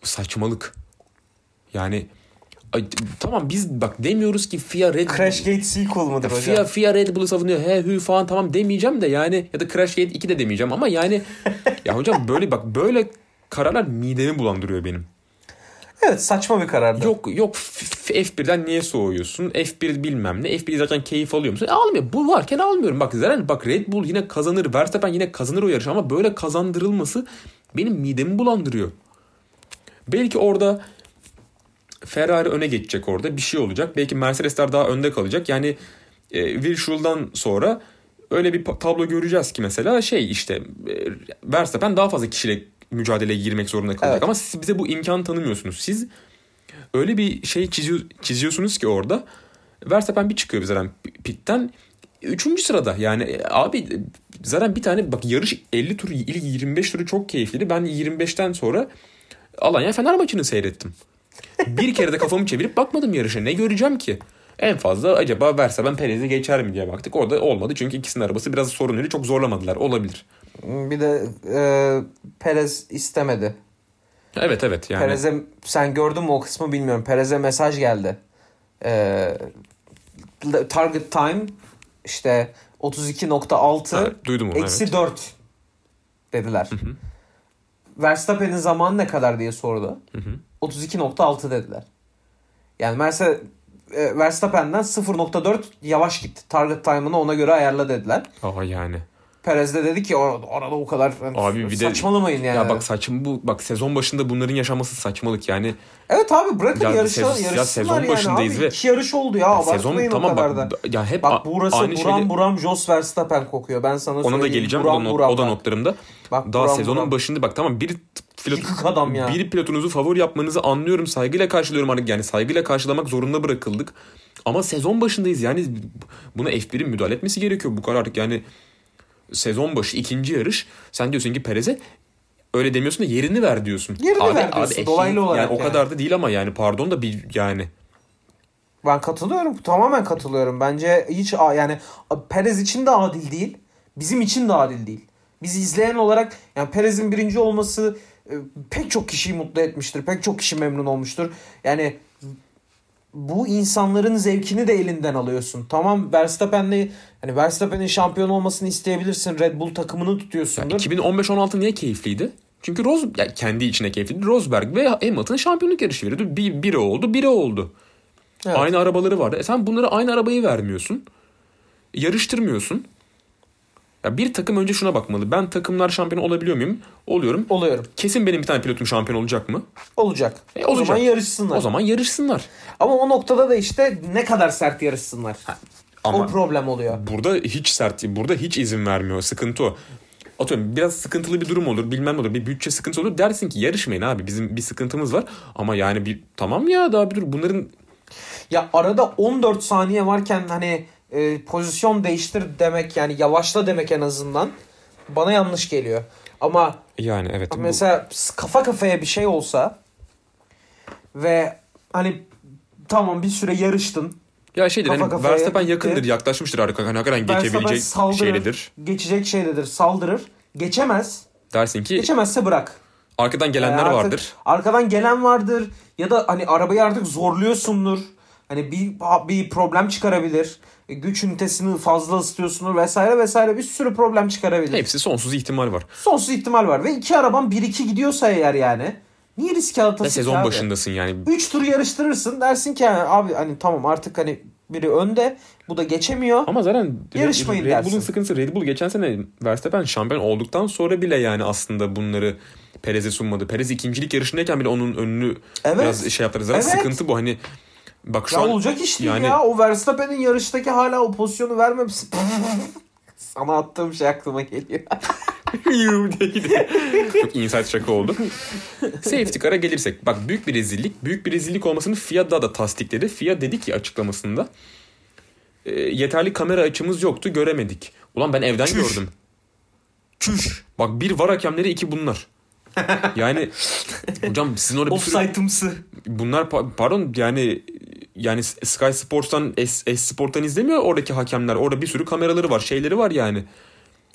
A: saçmalık. Yani ay, tamam biz bak demiyoruz ki FIA Red
B: Crash Gate sequel mıdır
A: Ya
B: hocam?
A: FIA, FIA Red Bull'u savunuyor. He hü falan tamam demeyeceğim de yani ya da Crash Gate 2 de demeyeceğim ama
B: <laughs>
A: yani ya hocam böyle bak böyle kararlar midemi bulandırıyor benim.
B: Evet saçma bir karardı.
A: Yok yok F- F1'den niye soğuyorsun? F1 bilmem ne. F1 zaten keyif alıyor musun? E, almıyor. Bu varken almıyorum. Bak zaten bak Red Bull yine kazanır. Verstappen yine kazanır o yarışı ama böyle kazandırılması benim midemi bulandırıyor. Belki orada Ferrari öne geçecek orada. Bir şey olacak. Belki Mercedesler daha önde kalacak. Yani e, Virtual'dan sonra öyle bir pa- tablo göreceğiz ki mesela şey işte e, Verstappen daha fazla kişiyle mücadeleye girmek zorunda kalacak
B: Evet.
A: ama siz bize bu imkanı tanımıyorsunuz. Siz öyle bir şey çiziyor- çiziyorsunuz ki orada Verstappen bir çıkıyor zaten pitten. Üçüncü sırada yani e, abi zaten bir tane bak yarış 50 tur 25 turu çok keyifliydi. Ben 25'ten sonra Alanya Fener maçını seyrettim. Bir kere de kafamı çevirip bakmadım yarışa. Ne göreceğim ki? En fazla acaba Verstappen Perez'i geçer mi diye baktık. Orada olmadı çünkü ikisinin arabası biraz sorunluydu. Çok zorlamadılar. Olabilir.
B: Bir de e, Perez istemedi.
A: Evet evet yani.
B: Perez'e sen gördün mü o kısmı bilmiyorum. Perez'e mesaj geldi. Ee, target time işte 32.6
A: Evet, duydum onu.
B: eksi
A: evet.
B: 4 dediler. Verstappen'in zamanı ne kadar diye sordu.
A: Hı hı.
B: 32.6 dediler. Yani Merse e, Verstappen'den 0.4 yavaş gitti. Target time'ını ona göre ayarla dediler.
A: Aa yani.
B: Perez de dedi ki "Ar- arada o kadar hani,
A: Abi bir de-
B: saçmalamayın yani.
A: Ya bak saçım bu bak sezon başında bunların yaşaması saçmalık yani.
B: Evet abi bırakın
A: Ya
B: yarışa,
A: sezon- ya
B: yarışsınlar
A: sezon
B: yani
A: başındayız
B: abi.
A: ve-
B: İki yarış oldu ya abartmayın
A: sezon tamam
B: o kadar da.
A: bak ya hep
B: Bak
A: a-
B: burası
A: aynı
B: buram
A: şeyleri-
B: buram Jos Verstappen kokuyor. Ben sana
A: ona da
B: söyleyeyim.
A: geleceğim. o,
B: Buram
A: da, not-
B: buram
A: o da
B: bak.
A: notlarımda.
B: Bak,
A: Daha
B: buram
A: sezonun
B: buram.
A: başında bak tamam bir pilot
B: Yıkık adam ya.
A: bir pilotunuzu favori yapmanızı anlıyorum. Saygıyla karşılıyorum artık. Yani saygıyla karşılamak zorunda bırakıldık. Ama sezon başındayız. Yani buna F1'in müdahale etmesi gerekiyor bu kadar artık. Yani sezon başı ikinci yarış. Sen diyorsun ki Perez'e öyle demiyorsun da yerini ver diyorsun.
B: Yerini ver diyorsun,
A: eşeğin-
B: dolaylı olarak
A: yani. O
B: yani.
A: kadar da değil ama yani pardon da bir yani.
B: Ben katılıyorum. Tamamen katılıyorum. Bence hiç a- yani a- Perez için de adil değil. Bizim için de adil değil. Biz izleyen olarak yani Perez'in birinci olması e, pek çok kişiyi mutlu etmiştir. Pek çok kişi memnun olmuştur. Yani bu insanların zevkini de elinden alıyorsun. Tamam Verstappen'le hani Verstappen'in şampiyon olmasını isteyebilirsin. Red Bull takımını tutuyorsundur.
A: 2015-16 niye keyifliydi? Çünkü Rose yani kendi içine keyifliydi. Rosberg ve Hamilton şampiyonluk yarışı veriyordu. Bir, biri oldu, biri oldu.
B: Evet.
A: Aynı arabaları vardı. E sen bunlara aynı arabayı vermiyorsun. Yarıştırmıyorsun. Ya bir takım önce şuna bakmalı. Ben takımlar şampiyon olabiliyor muyum? Oluyorum.
B: Oluyorum.
A: Kesin benim bir tane pilotum şampiyon olacak mı?
B: Olacak.
A: E,
B: O
A: olacak.
B: zaman yarışsınlar.
A: O zaman yarışsınlar.
B: Ama o noktada da işte ne kadar sert yarışsınlar.
A: ama-
B: o problem oluyor.
A: Burada hiç sert, burada hiç izin vermiyor. Sıkıntı o. Atıyorum biraz sıkıntılı bir durum olur, bilmem ne olur, bir bütçe sıkıntısı olur. Dersin ki yarışmayın abi bizim bir sıkıntımız var. Ama yani bir tamam ya daha bir dur. Bunların
B: Ya arada 14 saniye varken hani e, pozisyon değiştir demek yani yavaşla demek en azından bana yanlış geliyor. Ama
A: yani evet. bu-
B: mesela s- kafa kafaya bir şey olsa ve hani tamam bir süre yarıştın.
A: ya şeydir
B: kafa
A: hani
B: kafaya
A: Verstappen
B: gitti.
A: yakındır, yaklaşmıştır arka hani hakikaten
B: Verstappen
A: geçebilecek
B: saldırır,
A: şeylidir.
B: geçecek şeydedir, saldırır. Geçemez.
A: Dersin ki
B: Geçemezse bırak.
A: arkadan gelenler
B: Yani E, artık
A: vardır.
B: Arkadan gelen vardır ya da hani arabayı artık zorluyorsundur. Hani bir bir problem çıkarabilir. E, Güç ünitesini fazla ısıtıyorsundur vesaire vesaire bir sürü problem çıkarabilir.
A: Hepsi sonsuz ihtimal var.
B: Sonsuz ihtimal var ve iki araban 1-2 gidiyorsa eğer yani niye riske atasın
A: Ve
B: ki
A: sezon
B: abi?
A: başındasın yani.
B: 3 tur yarıştırırsın dersin ki yani abi hani tamam artık hani biri önde bu da geçemiyor.
A: Ama zaten Red-
B: Yarışmayın
A: Red Bull'un
B: dersin.
A: sıkıntısı Red Bull geçen sene Verstappen şampiyon olduktan sonra bile yani aslında bunları Perez'e sunmadı. Perez ikincilik yarışındayken bile onun önünü
B: Evet.
A: biraz şey yaptılar. Zaten
B: Evet.
A: sıkıntı bu hani bak şu
B: ya
A: an
B: olacak iş değil
A: yani-
B: ya. O Verstappen'in yarıştaki hala o pozisyonu vermemesi. <laughs> Sana attığım şey aklıma geliyor.
A: <laughs> Yuh diye gidiyor. Çok inside şaka oldu. Safety car'a gelirsek. Bak büyük bir rezillik. Büyük bir rezillik olmasını FIA daha da tasdikledi. FIA dedi ki açıklamasında. "E, yeterli kamera açımız yoktu göremedik. Ulan ben evden
B: Çüş.
A: gördüm. Çüş. Bak bir var hakemleri iki
B: <laughs>
A: bunlar. Yani hocam sizin orada bir sürü-
B: Offside'ımsı.
A: bunlar pa- pardon yani yani Sky Sports'tan S, S Sport'tan izlemiyor oradaki hakemler. Orada bir sürü kameraları var, şeyleri var yani.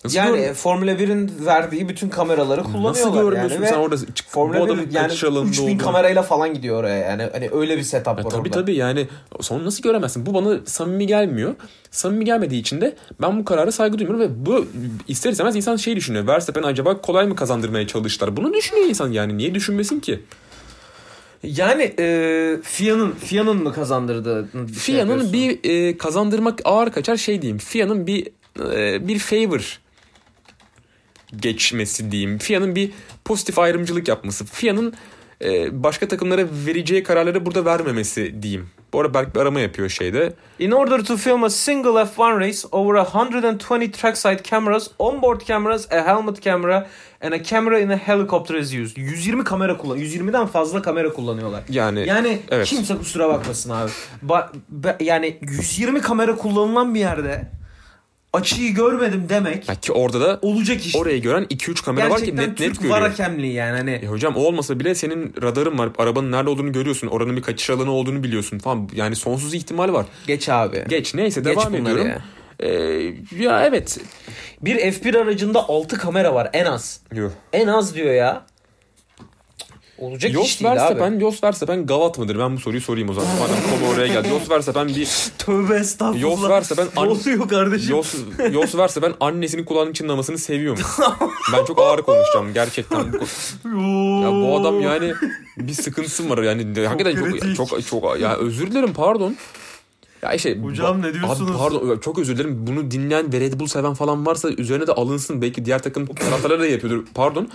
A: Nasıl
B: Yani
A: gör-
B: Formula 1'in verdiği bütün kameraları
A: nasıl
B: kullanıyorlar
A: görmüyorsun
B: yani. Ve
A: sen orada çık, bu
B: Formula
A: adamın
B: 1 yani
A: kaçış alanında
B: 3000
A: olduğunu?
B: kamerayla falan gidiyor oraya yani. Hani öyle bir setup var
A: Ya tabii
B: orada.
A: tabii yani sonu nasıl göremezsin? Bu bana samimi gelmiyor. Samimi gelmediği için de ben bu karara saygı duymuyorum ve bu ister istemez insan şey düşünüyor. Verstappen acaba kolay mı kazandırmaya çalıştılar? Bunu düşünüyor insan yani. Niye düşünmesin ki?
B: Yani e, FIA'nın FIA'nın mı şey kazandırdı?
A: FIA'nın bir e, kazandırmak ağır kaçar şey diyeyim. FIA'nın bir e, bir favor geçmesi diyeyim. FIA'nın bir pozitif ayrımcılık yapması. FIA'nın e, başka takımlara vereceği kararları burada vermemesi diyeyim. Bu arada Berk bir arama yapıyor şeyde.
B: In order to film a single F1 race over 120 trackside cameras, onboard cameras, a helmet camera and a camera in a helicopter is used. 120 kamera kullan 120'den fazla kamera kullanıyorlar.
A: Yani,
B: Yani
A: E, Evet.
B: kimse kusura bakmasın abi. Ba- be- yani 120 kamera kullanılan bir yerde açıyı görmedim demek
A: Ya ki orada da
B: olacak iş.
A: oraya gören 2-3 kamera
B: Gerçekten
A: var ki net net
B: Türk
A: görüyor.
B: var hakemliği yani hani.
A: Ya hocam o olmasa bile senin radarın var. Arabanın nerede olduğunu görüyorsun. Oranın bir kaçış alanı olduğunu biliyorsun falan. Yani sonsuz ihtimal var.
B: Geç abi.
A: Geç neyse
B: Geç
A: devam
B: bunları
A: ediyorum.
B: ya.
A: Ya. ya evet.
B: Bir F1 aracında 6 kamera var en az.
A: Yok.
B: En az diyor ya. Olacak iş
A: Jos
B: değil abi.
A: Verstappen, Jos Verstappen gavat mıdır? Ben bu soruyu sorayım o zaman. Madem konu oraya geldi. Jos Verstappen bir
B: Tövbe estağfurullah.
A: Jos Verstappen
B: Ne
A: an-
B: oluyor kardeşim?
A: Jos, Jos Verstappen annesinin kulağının çınlamasını seviyor mu? Ben çok ağır konuşacağım gerçekten. Bu ko- Ya bu adam yani bir sıkıntısı var yani hakikaten
B: kritik.
A: çok çok çok ya özür dilerim pardon. Ya şey
B: Hocam ne diyorsunuz?
A: Abi pardon ya çok özür dilerim. Bunu dinleyen ve Red Bull seven falan varsa üzerine de alınsın. Belki diğer takım taraftarları da yapıyordur. Pardon.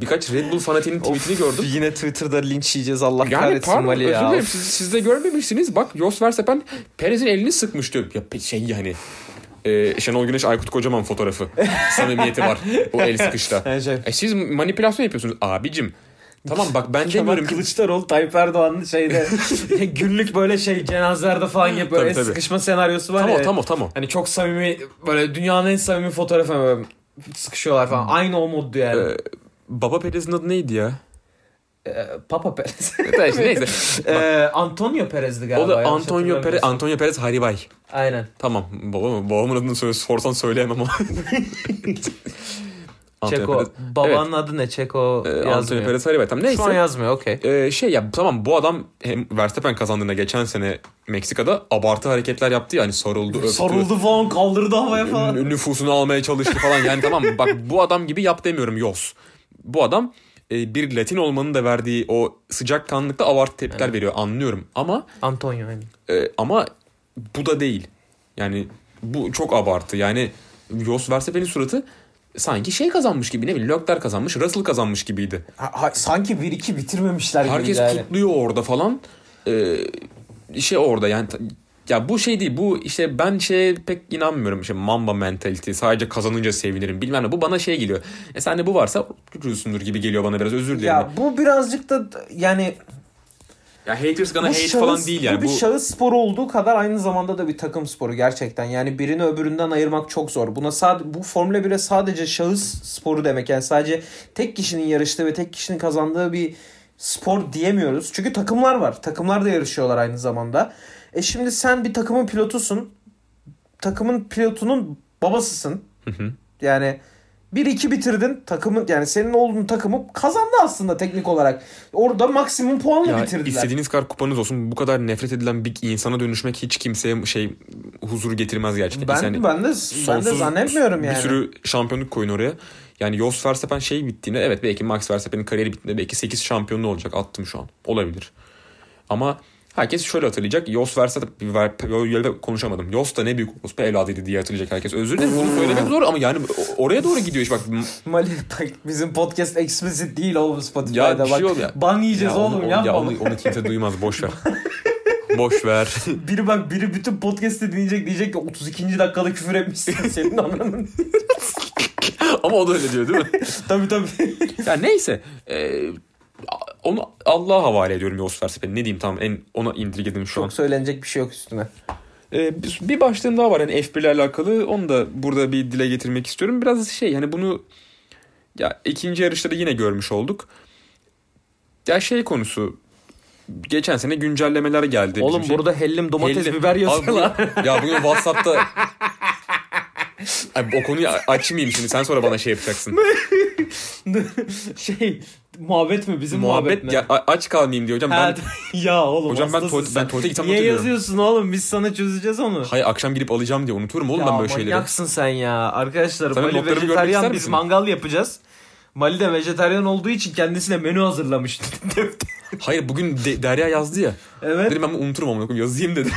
A: Birkaç Red Bull fanatiğinin tweetini gördüm.
B: Yine Twitter'da linç yiyeceğiz Allah
A: Yani
B: kahretsin
A: pardon
B: Ali
A: özür
B: ya.
A: dilerim siz, siz de görmemişsiniz. Bak Jos Verstappen Perez'in elini sıkmış diyor. Ya pe- şey yani. E, Şenol Güneş Aykut Kocaman fotoğrafı. Samimiyeti var o el sıkışta.
B: Yani şey,
A: E, siz manipülasyon yapıyorsunuz abicim. Tamam bak ben
B: Kemal
A: demiyorum ki
B: Kılıçdaroğlu Tayyip Erdoğan'ın şeyde
A: <laughs>
B: günlük böyle şey cenazelerde falan gibi böyle
A: Tabii, tabii.
B: sıkışma senaryosu var
A: Tamam
B: ya.
A: tamam tamam.
B: Hani çok samimi böyle dünyanın en samimi fotoğrafı ama böyle sıkışıyorlar falan.
A: Hmm.
B: Aynı o moddu yani.
A: Ee, Baba Perez'in adı neydi
B: <laughs>
A: ya?
B: Ee, Papa Perez.
A: Neyse. neyse. Bak,
B: <laughs> Ee, Antonio Perez'di galiba.
A: o da
B: yanlış
A: Antonio Perez,
B: hatırlamıyorsam.
A: Antonio Perez Haribay.
B: Aynen.
A: Tamam. Babam, babamın adını söyle, sorsan söyleyemem
B: <laughs>
A: ama. Antonio
B: Çeko.
A: Perez.
B: Babanın adı ne? Çeko
A: Ee, Antonio
B: yazmıyor.
A: Perez Haribay. Tamam
B: Şu an
A: neyse.
B: yazmıyor okey.
A: Ee, şey ya tamam bu adam hem Verstappen kazandığında geçen sene Meksika'da abartı hareketler yaptı yani sarıldı öptü.
B: Sarıldı falan kaldırdı havaya falan.
A: Nü- nüfusunu almaya çalıştı falan. Yani tamam bak bu adam gibi yap demiyorum Yos. Bu adam e, bir Latin olmanın da verdiği o sıcak kanlıkta abartı tepkiler veriyor anlıyorum. Ama
B: Antonio aynen.
A: e, ama bu da değil. Yani bu çok abartı. Yani Jos Verstappen'in suratı sanki şey kazanmış gibi ne bileyim Leclerc kazanmış, Russell kazanmış gibiydi.
B: sanki bir iki bitirmemişler
A: Herkes kutluyor orada falan. Ee, şey orada yani ta- ya bu şey değil bu işte ben şeye pek inanmıyorum işte mamba mentality sadece kazanınca sevinirim bilmem ne bu bana şey geliyor. E sen de bu varsa ucuzsundur gibi geliyor bana biraz özür dilerim. Ya,
B: Ya bu birazcık da yani
A: haters gonna
B: bu
A: hate
B: şahıs,
A: falan değil yani
B: bu bir
A: bu.
B: şahıs sporu olduğu kadar aynı zamanda da bir takım sporu gerçekten. Yani birini öbüründen ayırmak çok zor. Buna sadece bu Formula 1'e sadece şahıs sporu demek. Yani sadece tek kişinin yarıştığı ve tek kişinin kazandığı bir spor diyemiyoruz. Çünkü takımlar var. Takımlar da yarışıyorlar aynı zamanda. E şimdi sen bir takımın pilotusun. Takımın pilotunun babasısın. Yani bir iki bitirdin takımın yani senin oğlunun takımı kazandı aslında teknik olarak. Orada maksimum puanla
A: Ya
B: bitirdiler.
A: istediğiniz kadar kupanız olsun bu kadar nefret edilen bir insana dönüşmek hiç kimseye şey huzur getirmez gerçekten.
B: Ben
A: Yani-
B: ben de ben de
A: E, sonsuz
B: zannetmiyorum yani.
A: Bir sürü şampiyonluk koyun oraya. Yani Jos Verstappen şey bittiğinde evet belki Max Verstappen'in kariyeri bittiğinde belki 8 şampiyonluğu olacak attım şu an. Olabilir. Ama herkes şöyle hatırlayacak. Jos Verstappen Ver- Ver- konuşamadım. Jos da ne büyük orospu evladıydı diye hatırlayacak herkes. Özür dilerim bunu söylemek zor ama yani o- oraya doğru gidiyor iş bak.
B: Mali bak bizim podcast explicit değil oğlum Spotify'da
A: Ya bir
B: bak.
A: şey ol ya.
B: Ban yiyeceğiz
A: onu-
B: oğlum
A: onu-
B: yapma.
A: ya onu, onu kimse duymaz boş ver. <laughs> boş ver. <laughs>
B: Biri bak biri bütün podcast'i dinleyecek diyecek ki 32. dakikada küfür
A: <laughs>
B: etmişsin senin anlamın.
A: ama o da öyle diyor değil mi?
B: tabii tabii.
A: Ya neyse. e, onu Allah'a havale ediyorum Jos Verstappen'i. Ne diyeyim tamam en ona indirgedim şu an.
B: Çok söylenecek bir şey yok üstüne.
A: Ee, bir- bir başlığım daha var yani F1 ile alakalı. Onu da burada bir dile getirmek istiyorum. Biraz şey hani bunu ya ikinci yarışta da yine görmüş olduk. Ya şey konusu geçen sene güncellemeler geldi. bizim
B: oğlum
A: şey.
B: burada hellim domates
A: Helli-
B: biber
A: Abi
B: yazıyorlar.
A: bugün- ya bugün WhatsApp'ta Ay, o konuyu açmayayım şimdi. Sen sonra bana şey yapacaksın.
B: <laughs> şey muhabbet mi bizim muhabbet,
A: Muhabbet ya, a- aç kalmayayım diyor hocam.
B: Ha, <laughs>
A: Ben,
B: ya oğlum
A: hocam ben,
B: hastasın
A: tuvalet,
B: sen.
A: ben tuvalete gitsem
B: Niye
A: unutuyorum.
B: yazıyorsun oğlum biz sana çözeceğiz onu.
A: Hayır akşam gidip alacağım diye unuturum oğlum ben böyle şeyleri.
B: manyaksın sen ya. Arkadaşlar
A: Sana
B: Mali
A: notlarımı görmek
B: vejetaryen
A: ister
B: biz
A: misin?
B: mangal yapacağız. Mali de vejetaryen olduğu için kendisine menü hazırlamış. <laughs>
A: Hayır bugün de- Derya yazdı ya.
B: evet.
A: Dedim ben bunu unuturum ama yazayım dedim.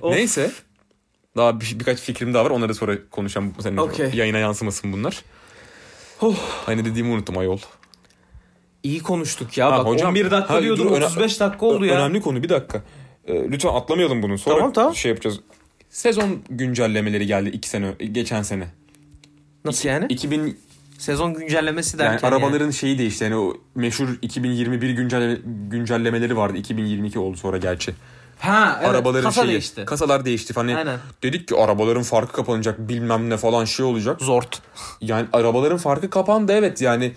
B: Of.
A: Neyse. Daha bir, birkaç fikrim daha var. Onları sonra konuşacağım. Senin
B: Okey.
A: Hani yayına yansımasın bunlar. Aynı dediğimi unuttum ayol.
B: İyi Oh, konuştuk ya.
A: Ha,
B: Bak
A: hocam,
B: 11 dakika
A: ha,
B: diyordun
A: dur, öne-
B: 35 dakika oldu ya.
A: Önemli konu bir dakika. Ee, lütfen atlamayalım bunu. Sonra
B: Tamam, tamam.
A: şey yapacağız. Sezon güncellemeleri geldi iki sene geçen sene.
B: Nasıl yani?
A: 2000
B: Sezon güncellemesi
A: yani
B: derken
A: arabaların şeyi değişti. Yani o meşhur 2021 güncelle, güncellemeleri vardı. 2022 oldu sonra gerçi.
B: Ha evet.
A: arabaların
B: kasa
A: şeyi,
B: değişti.
A: Kasalar değişti. Hani
B: Aynen.
A: dedik ki arabaların farkı kapanacak bilmem ne falan şey olacak.
B: Zort.
A: Yani arabaların farkı kapandı evet yani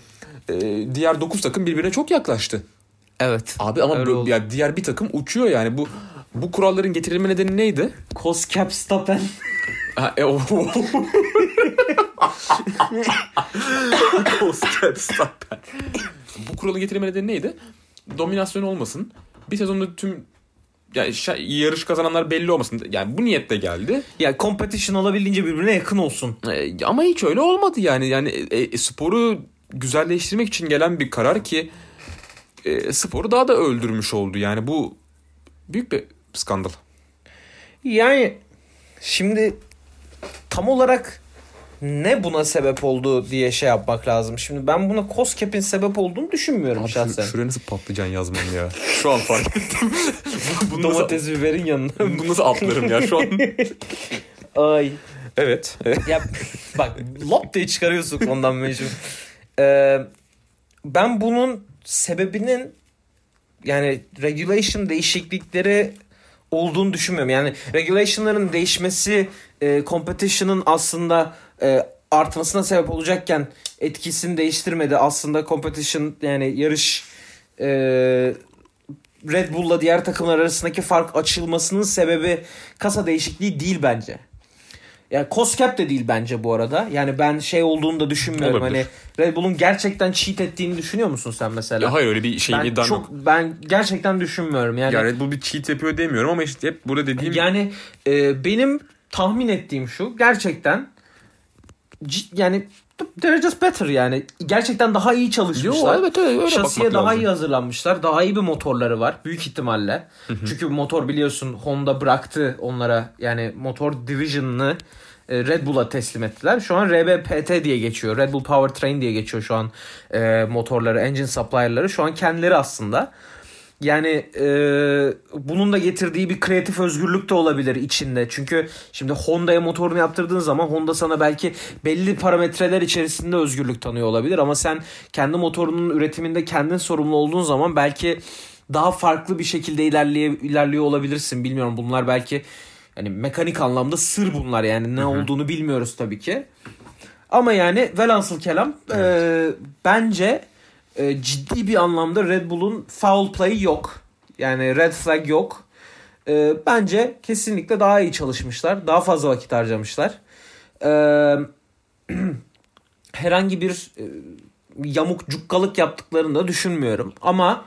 A: e, diğer 9 takım birbirine çok yaklaştı.
B: Evet.
A: Abi ama
B: Öyle
A: bö-
B: oldu.
A: ya diğer bir takım uçuyor yani bu bu kuralların getirilme nedeni neydi?
B: Koskep Stappen.
A: Ha, e, o- <laughs> Koskep Stappen. bu kuralın getirilme nedeni neydi? Dominasyon olmasın. Bir sezonda tüm yani şa- yarış kazananlar belli olmasın. Yani bu niyetle geldi.
B: <laughs> ya competition olabildiğince birbirine yakın olsun.
A: E, ama hiç öyle olmadı yani. Yani e, e, sporu güzelleştirmek için gelen bir karar ki e, sporu daha da öldürmüş oldu. Yani bu büyük bir skandal.
B: Yani şimdi tam olarak ne buna sebep oldu diye şey yapmak lazım. Şimdi ben buna Koskep'in sebep olduğunu düşünmüyorum
A: Abi şu,
B: şahsen.
A: şuraya nasıl patlıcan yazmam ya? Şu an fark <laughs> ettim. Bu- bunu, nasıl,
B: Domates biberin yanına.
A: <laughs> bunu nasıl atlarım ya şu an?
B: <laughs> Ay.
A: Evet.
B: <laughs> Ya bak lop diye çıkarıyorsun ondan mecbur. Ee, ben bunun sebebinin yani regulation değişiklikleri olduğunu düşünmüyorum. Yani regulation'ların değişmesi e, competition'ın aslında e, artmasına sebep olacakken etkisini değiştirmedi. Aslında competition yani yarış e, Red Bull'la diğer takımlar arasındaki fark açılmasının sebebi kasa değişikliği değil bence. Ya Koskep de değil bence bu arada. Yani ben şey olduğunu da düşünmüyorum.
A: Olabilir.
B: Hani Red Bull'un gerçekten cheat ettiğini düşünüyor musun sen mesela?
A: Ya hayır öyle bir şey
B: ben
A: iddiam
B: çok
A: yok.
B: ben gerçekten düşünmüyorum yani.
A: Ya
B: Yani,
A: Red Bull bir cheat yapıyor demiyorum ama işte hep burada dediğim
B: e, benim tahmin ettiğim şu gerçekten cid- yani they're just better yani. Gerçekten daha iyi çalışmışlar.
A: Yo, evet, evet, öyle
B: Şasiye
A: bakmak
B: daha
A: lazım.
B: iyi hazırlanmışlar. Daha iyi bir motorları var büyük ihtimalle. Çünkü motor biliyorsun Honda bıraktı onlara yani motor division'ını e, Red Bull'a teslim ettiler. Şu an RBPT diye geçiyor. Red Bull Powertrain diye geçiyor şu an e, motorları, engine supplier'ları. Şu an kendileri aslında. Yani e, bunun da getirdiği bir kreatif özgürlük de olabilir içinde. Çünkü şimdi Honda'ya motorunu yaptırdığın zaman Honda sana belki belli parametreler içerisinde özgürlük tanıyor olabilir. Ama sen kendi motorunun üretiminde kendin sorumlu olduğun zaman belki daha farklı bir şekilde ilerleye, ilerliyor olabilirsin. Bilmiyorum bunlar belki yani mekanik anlamda sır bunlar yani ne olduğunu bilmiyoruz tabii ki. Ama yani velhasıl kelam e, bence e, ciddi bir anlamda Red Bull'un foul play'i yok. Yani red flag yok. E, bence kesinlikle daha iyi çalışmışlar. Daha fazla vakit harcamışlar. E, <clears throat> herhangi bir e, yamuk cukkalık yaptıklarını da düşünmüyorum. Ama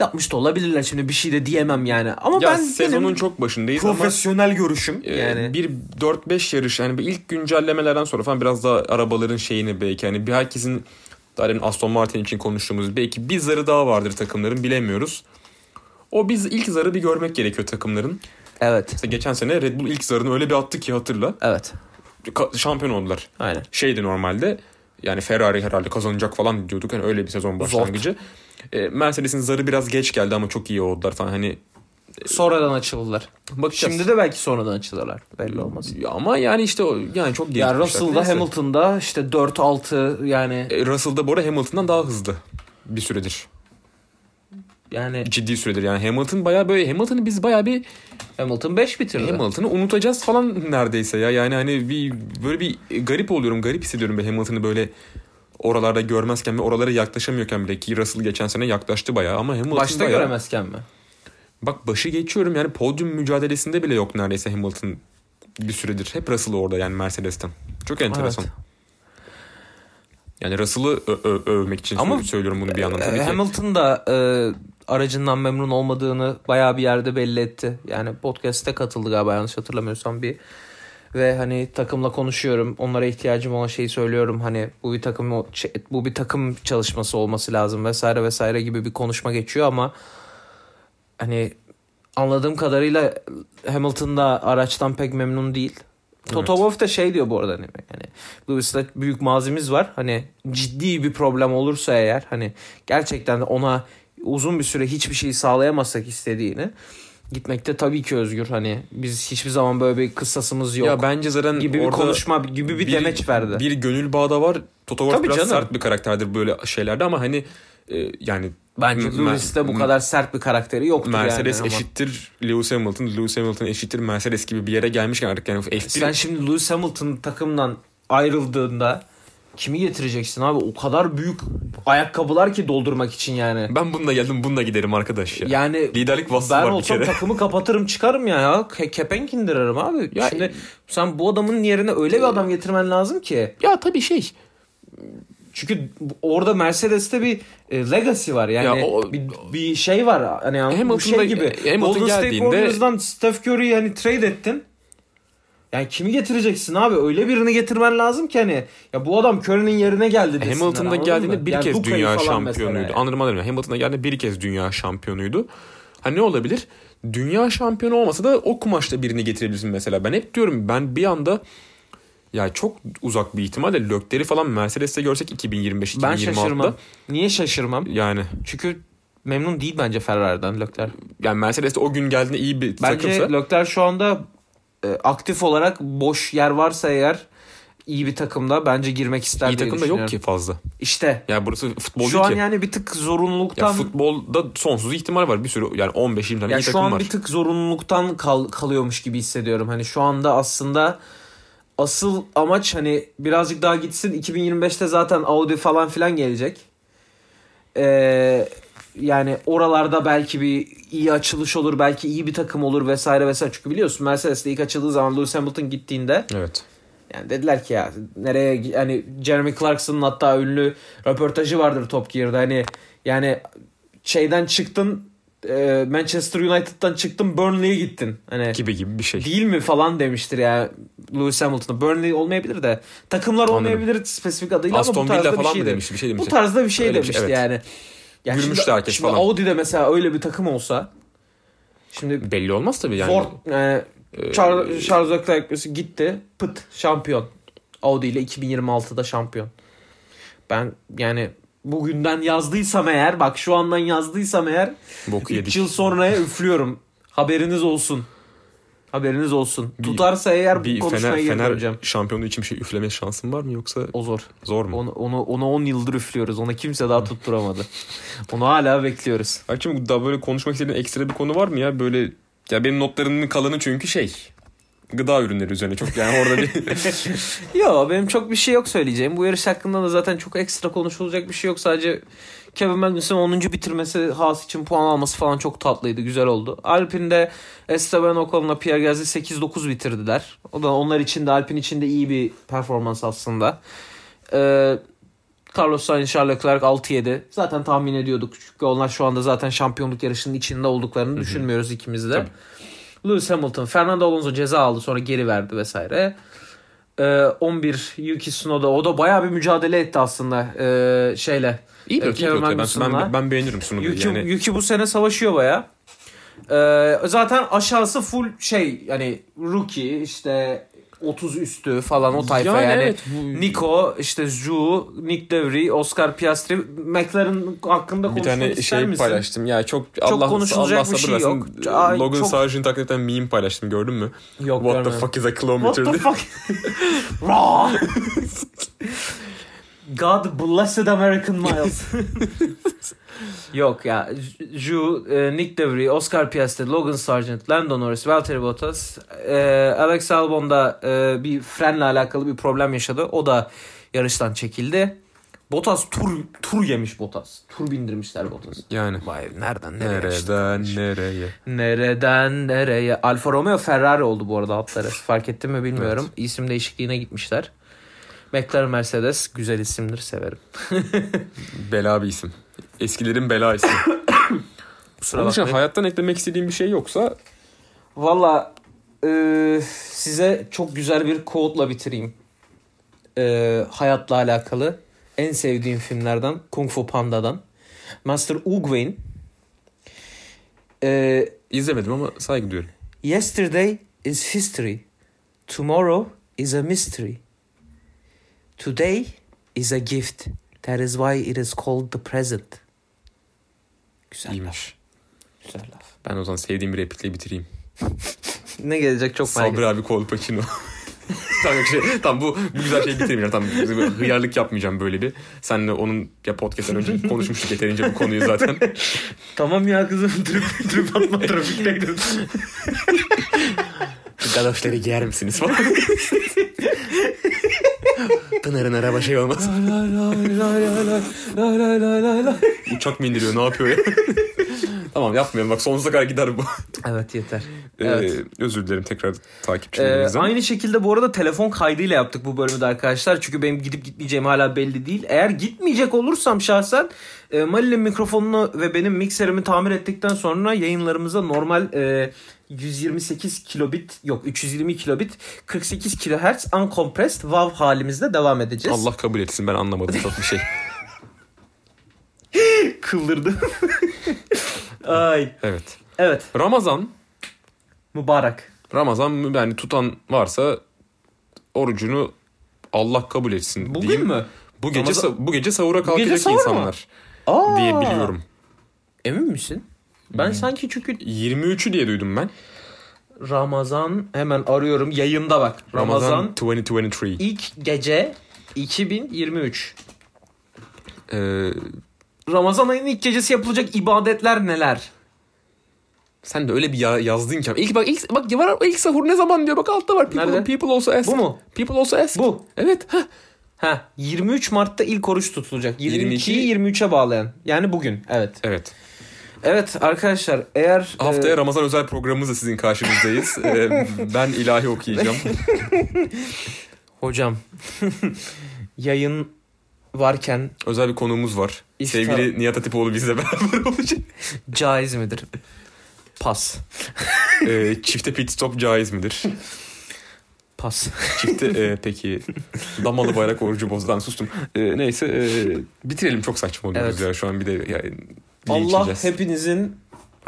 B: yapmış da olabilirler. Şimdi bir şey de diyemem yani. Ama
A: ya
B: ben
A: sezonun
B: benim
A: çok başındayız ama
B: profesyonel görüşüm.
A: e,
B: yani
A: bir 4-5 yarış yani bir ilk güncellemelerden sonra falan biraz daha arabaların şeyini belki hani bir herkesin daha demin Aston Martin için konuştuğumuz belki bir zarı daha vardır takımların bilemiyoruz. O biz ilk zarı bir görmek gerekiyor takımların.
B: evet.
A: Mesela geçen sene Red Bull ilk zarını öyle bir attı ki hatırla.
B: Evet.
A: Ka- şampiyon oldular.
B: Aynen.
A: şeydi normalde yani Ferrari herhalde kazanacak falan diyorduk hani öyle bir sezon başlangıcı. E, Mercedes'in zarı biraz geç geldi ama çok iyi oldular falan hani
B: Sonradan açıldılar.
A: bakacağız.
B: Şimdi de belki sonradan açılırlar. Belli olmaz. şey
A: Ya ama yani işte o yani çok geç.
B: Ya
A: gitmişler.
B: Russell'da
A: Neyse.
B: Hamilton'da işte 4-6 yani
A: E, Russell'da bu arada Hamilton'dan daha hızlı bir süredir.
B: yani
A: Ciddi süredir yani Hamilton bayağı böyle Hamilton'ı biz bayağı bir
B: Hamilton 5 bitirdi.
A: Hamilton'ı unutacağız falan neredeyse ya. Yani hani bir böyle bir garip oluyorum, garip hissediyorum ben Hamilton'ı böyle oralarda görmezken ve oralara yaklaşamıyorken bile ki Russell geçen sene yaklaştı bayağı ama Hamilton
B: Başta
A: bayağı...
B: göremezken mi?
A: Bak başı geçiyorum yani podyum mücadelesinde bile yok neredeyse Hamilton bir süredir. Hep Russell orada yani Mercedes'ten. Çok enteresan.
B: Evet.
A: Yani Russell'ı ö- ö- övmek için
B: Ama-
A: sö- söylüyorum bunu bir yandan tabii
B: Ee,
A: ki.
B: Hamilton da e, aracından memnun olmadığını bayağı bir yerde belli etti. Yani podcast'te katıldı galiba yanlış hatırlamıyorsam bir. Ve hani takımla konuşuyorum. Onlara ihtiyacım olan şeyi söylüyorum. Hani bu bir takım bu bir takım çalışması olması lazım vesaire vesaire gibi bir konuşma geçiyor ama hani anladığım kadarıyla Hamilton da araçtan pek memnun değil. Toto Wolff da şey diyor bu arada hani yani Lewis'la büyük mazimiz var. Hani ciddi bir problem olursa eğer hani gerçekten ona uzun bir süre hiçbir şey sağlayamazsak istediğini gitmekte tabii ki özgür. Hani biz hiçbir zaman böyle bir kıssasımız yok.
A: Ya bence zaten
B: gibi bir
A: orada
B: konuşma gibi bir, demeç verdi.
A: Bir gönül bağı da var. Toto Wolff
B: Tabii
A: biraz
B: canım.
A: sert bir karakterdir böyle şeylerde ama hani e, yani
B: Bence
A: M-
B: Lewis'te bu
A: M-
B: kadar sert bir karakteri yoktur
A: Mercedes
B: yani. ama.
A: eşittir Lewis Hamilton, Lewis Hamilton eşittir Mercedes gibi bir yere gelmişken artık yani F1
B: Sen şimdi Lewis Hamilton takımdan ayrıldığında kimi getireceksin abi? O kadar büyük ayakkabılar ki doldurmak için yani.
A: ben bununla geldim bununla giderim arkadaş ya.
B: Yani
A: Liderlik vasfı
B: ben
A: var bir
B: olsam
A: kere.
B: takımı kapatırım çıkarım ya. Ke- kepenk indiririm abi.
A: Ya-
B: Şimdi sen bu adamın yerine öyle bir adam getirmen lazım ki.
A: ya tabii şey.
B: Çünkü orada Mercedes'te bir e, legacy var. Yani
A: Ya o-
B: bir, bir şey var. Hani yani bu
A: Hamilton'da-
B: şey gibi.
A: Hamilton
B: Golden State
A: geldiğinde-
B: Warriors'dan Steph Curry'yi hani trade ettin. Yani kimi getireceksin abi? Öyle birini getirmen lazım ki hani. Ya bu adam Curry'nin yerine geldi desinler.
A: Hamilton'da
B: anladın
A: geldiğinde
B: mı?
A: bir
B: Yani
A: kez
B: Luka'yı
A: dünya
B: falan
A: şampiyonuydu.
B: mesela.
A: Anladım anladım. Hamilton'da geldiğinde bir kez dünya şampiyonuydu. Ha ne olabilir? Dünya şampiyonu olmasa da o kumaşta birini getirebilirsin mesela. Ben hep diyorum ben bir anda ya çok uzak bir ihtimalle Lökleri falan Mercedes'te görsek 2025
B: Ben
A: 2026'da.
B: şaşırmam. Niye şaşırmam?
A: Yani
B: Çünkü memnun değil bence Ferrari'den Leclerc.
A: yani Mercedes'te o gün geldiğinde iyi bir
B: Bence
A: takımsa
B: Leclerc şu anda e, aktif olarak boş yer varsa eğer iyi bir takımda bence girmek ister
A: iyi
B: diye
A: takımda yok ki
B: düşünüyorum.
A: fazla.
B: İşte
A: Yani burası futbol
B: şu
A: değil
B: an
A: ki.
B: yani bir tık
A: Ya
B: zorunluluktan ya
A: futbolda sonsuz ihtimal var. Bir sürü yani 15-20 tane iyi
B: şu
A: takım
B: an
A: var.
B: bir tık zorunluluktan kal- kalıyormuş gibi hissediyorum. Hani şu anda aslında asıl amaç hani birazcık daha gitsin 2025'te zaten Audi falan filan gelecek. Ee, yani oralarda belki bir iyi açılış olur, belki iyi bir takım olur vesaire vesaire. Çünkü biliyorsun Mercedes'te ilk açıldığı zaman Lewis Hamilton gittiğinde
A: Evet.
B: Yani dediler ki ya nereye gi- hani Jeremy Clarkson'ın hatta ünlü röportajı vardır Top Gear'da hani yani şeyden çıktın e, Manchester United'dan çıktın Burnley'e gittin. Hani
A: Gibi gibi bir şey.
B: değil mi falan demiştir ya Lewis Hamilton'a. Burnley olmayabilir de takımlar
A: Anladım.
B: olmayabilir spesifik adıyla
A: Aston
B: ama bu tarzda
A: Villa
B: bir
A: falan
B: şey
A: mı demişti? Bir şey
B: Bu
A: demişti.
B: tarzda bir şey
A: Öyle bir şey,
B: demişti
A: evet.
B: yani. Ya
A: Gülmüştü
B: şimdi,
A: herkes
B: şimdi
A: falan.
B: Audi'de mesela öyle bir takım olsa şimdi
A: Belli olmaz tabii yani.
B: Ford e, Charles, Charles Leclerc mesela gitti. Pıt şampiyon. Audi ile 2026'da şampiyon. Ben yani bugünden yazdıysam eğer bak şu andan yazdıysam eğer
A: Boku
B: 3
A: yedik.
B: yıl sonraya üflüyorum. Haberiniz olsun. Haberiniz olsun.
A: Bir-
B: Tutarsa eğer bu
A: bir Fener,
B: konuşmaya geri
A: Fener
B: döneceğim.
A: şampiyonu için bir şey üfleme şansın var mı yoksa
B: O zor.
A: zor mu?
B: Onu, onu, onu 10 yıldır üflüyoruz. Ona kimse daha tutturamadı.
A: <laughs>
B: onu hala bekliyoruz.
A: Hakim daha böyle konuşmak istediğin ekstra bir konu var mı ya? Böyle ya benim notlarımın kalanı çünkü şey gıda ürünleri üzerine çok yani orada bir
B: <laughs> Yo benim çok bir şey yok söyleyeceğim. Bu yarış hakkında da zaten çok ekstra konuşulacak bir şey yok. Sadece Kevin Magnussen'ın 10. bitirmesi Haas için puan alması falan çok tatlıydı. Güzel oldu. Alpine'de Esteban Ocon'la Pierre Gasly 8-9 bitirdiler. O da onlar için de Alpine için de iyi bir performans aslında. Ee, Carlos Sainz, Charles Leclerc 6-7. Zaten tahmin ediyorduk. Çünkü onlar şu anda zaten şampiyonluk yarışının içinde olduklarını düşünmüyoruz ikimiz de.
A: Tabii.
B: Lewis Hamilton, Fernando Alonso ceza aldı sonra geri verdi vesaire. Ee, 11 Yuki Tsunoda o da bayağı bir mücadele etti aslında ee, şeyle.
A: iyi bir
B: Kevin
A: iyi bir Ben, ben,
B: Magnussen'la.
A: ben beğenirim sunu
B: Yuki,
A: yani.
B: Yuki bu sene savaşıyor bayağı. Ee, zaten aşağısı full şey yani rookie işte 30 üstü falan o tayfa yani.
A: evet, bu-
B: Nico, işte Zhu, Nick DeVry, Oscar Piastri, McLaren hakkında
A: bir
B: konuşmak
A: tane
B: ister
A: şey
B: misin?
A: paylaştım. Ya çok, Allah,
B: konuşulacak
A: Allah
B: bir şey
A: sabır versin.
B: yok. Ay,
A: Logan
B: çok-
A: Sargent'ın hakikaten meme paylaştım gördün mü?
B: Yok
A: What
B: görmedim.
A: the fuck is a
B: What
A: kilometer?
B: the fuck? <laughs> Raw. God blessed American miles. <laughs> Yok ya. Ju, e, Nick DeVry, Oscar Piastri, Logan Sargent, Lando Norris, Valtteri Bottas. e, Alex Albon da e, bir frenle alakalı bir problem yaşadı. O da yarıştan çekildi. Bottas tur tur yemiş Bottas. Tur bindirmişler Bottas.
A: Yani.
B: Vay nereden nereye? işte.
A: Nereden nereye?
B: Nereden nereye? Alfa Romeo Ferrari oldu bu arada hatları. Fark ettin mi bilmiyorum. İsim değişikliğine gitmişler. McLaren Mercedes güzel isimdir severim.
A: Bela bir isim. Eskilerin bela <coughs> ismi.
B: Kusura
A: Onun için
B: bakmayın.
A: hayattan eklemek istediğim bir şey yoksa
B: Valla e, size çok güzel bir quote'la bitireyim. E, hayatla alakalı en sevdiğim filmlerden Kung Fu Panda'dan. Master E, Oogway'in e,
A: izlemedim ama saygı duyuyorum.
B: Yesterday is history. Tomorrow is a mystery. Today is a gift. That is why it is called the present. Güzel laf.
A: İyiymiş.
B: Güzel laf.
A: Ben o zaman sevdiğim bir replikle bitireyim.
B: Ne gelecek çok merak
A: Sabri abi <laughs> Kolpaçino. tamam yok şey, tamam bu, bu güzel şeyi bitireyim. ya, Tamam hıyarlık yapmayacağım böyle bir. Senle onun ya podcast'ten <laughs> önce konuşmuştuk yeterince bu konuyu zaten.
B: Tamam ya kızım <laughs> trip, trip atma trafikteydim.
A: Galoşları giyer misiniz falan. <laughs> Pınar'ın araba şey olmaz. Uçak mı indiriyor ne yapıyor <laughs> ya? tamam yapmayalım bak sonsuza kadar gider bu.
B: evet yeter.
A: Ee,
B: Evet.
A: özür dilerim tekrar
B: Ee,
A: takipçilerimizden.
B: aynı şekilde bu arada telefon kaydıyla yaptık bu bölümü de arkadaşlar. Çünkü benim gidip gitmeyeceğim hala belli değil. Eğer gitmeyecek olursam şahsen e, Mali'nin mikrofonunu ve benim mikserimi tamir ettikten sonra yayınlarımıza normal e, 128 kilobit yok 320 kilobit 48 kilohertz uncompressed WAV halimizde devam edeceğiz. <laughs>
A: Allah kabul etsin ben anlamadım çok bir şey.
B: kıldırdı. <laughs> Ay
A: <laughs> Evet.
B: evet
A: Ramazan
B: mübarek.
A: Ramazan mı- yani tutan varsa orucunu Allah kabul etsin
B: Bugün
A: diyeyim.
B: mü?
A: Bu gece
B: Ramazan-
A: sa- bu gece sahura
B: gece
A: kalkacak
B: sahur mu?
A: insanlar
B: Aa,
A: diye biliyorum.
B: Emin misin? Ben sanki çünkü
A: 23'ü diye duydum ben.
B: Ramazan hemen arıyorum yayında bak. Ramazan,
A: Ramazan 2023.
B: ilk gece 2023.
A: Ee,
B: Ramazan ayının ilk gecesi yapılacak ibadetler neler?
A: sen de öyle bir ya- yazdın ki. İlk bak ilk bak var ilk sahur ne zaman diyor. Bak altta var. People,
B: Nerede?
A: people also ask.
B: Bu mu?
A: People also ask.
B: Bu.
A: Evet. heh.
B: Ha 23 Mart'ta ilk oruç tutulacak.
A: 22
B: 22'yi 23'e bağlayan. Yani bugün. Evet.
A: Evet.
B: Evet arkadaşlar eğer
A: Haftaya
B: e,
A: Ramazan özel programımızla sizin
B: <laughs>
A: karşınızdayız. Ee, ben ilahi okuyacağım.
B: hocam <laughs> yayın varken
A: Özel bir konuğumuz var.
B: İftar.
A: Sevgili Nihat Atipoğlu bizle <laughs> beraber olacak.
B: caiz midir? Pas.
A: Ee, çifte pit stop caiz midir?
B: Pas.
A: Çifte e, peki damalı bayrak orucu bozdan sustum. Ee, neyse e, bitirelim çok saçma oluyoruz
B: Evet.
A: ya şu an bir de yani,
B: Allah
A: Allah hep
B: hepinizin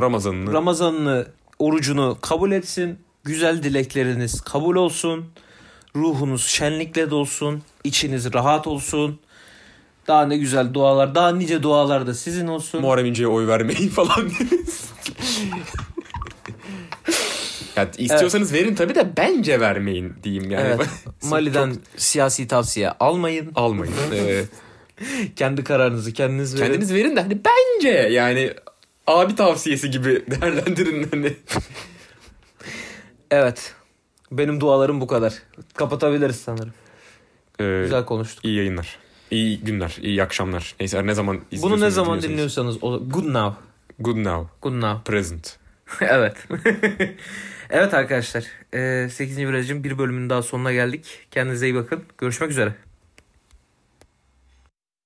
A: Ramazan'ını
B: Ramazan'ını, orucunu kabul etsin. Güzel dilekleriniz kabul olsun. Ruhunuz şenlikle dolsun. içiniz rahat olsun. Daha ne güzel dualar, daha nice dualar da sizin olsun.
A: Muharrem İnce'ye oy vermeyin falan deriz. ya istiyorsanız verin tabii de bence vermeyin diyeyim yani. <laughs>
B: evet. Mali'den siyasi tavsiye almayın.
A: Almayın. Ee,
B: Kendi kararınızı kendiniz verin.
A: kendiniz verin de hani bence yani abi tavsiyesi gibi <laughs> değerlendirin hani.
B: Evet. Benim dualarım bu kadar. Kapatabiliriz sanırım.
A: Ee,
B: Güzel konuştuk.
A: İyi yayınlar. İyi günler, iyi akşamlar. Neyse ne zaman
B: Bunu ne
A: izliyorsunuz,
B: zaman
A: dinliyorsunuz.
B: dinliyorsanız o good now.
A: Good now,
B: Good now.
A: present.
B: <laughs> evet. evet arkadaşlar. eee, 8. virajın bir bölümünün daha sonuna geldik. Kendinize iyi bakın. Görüşmek üzere.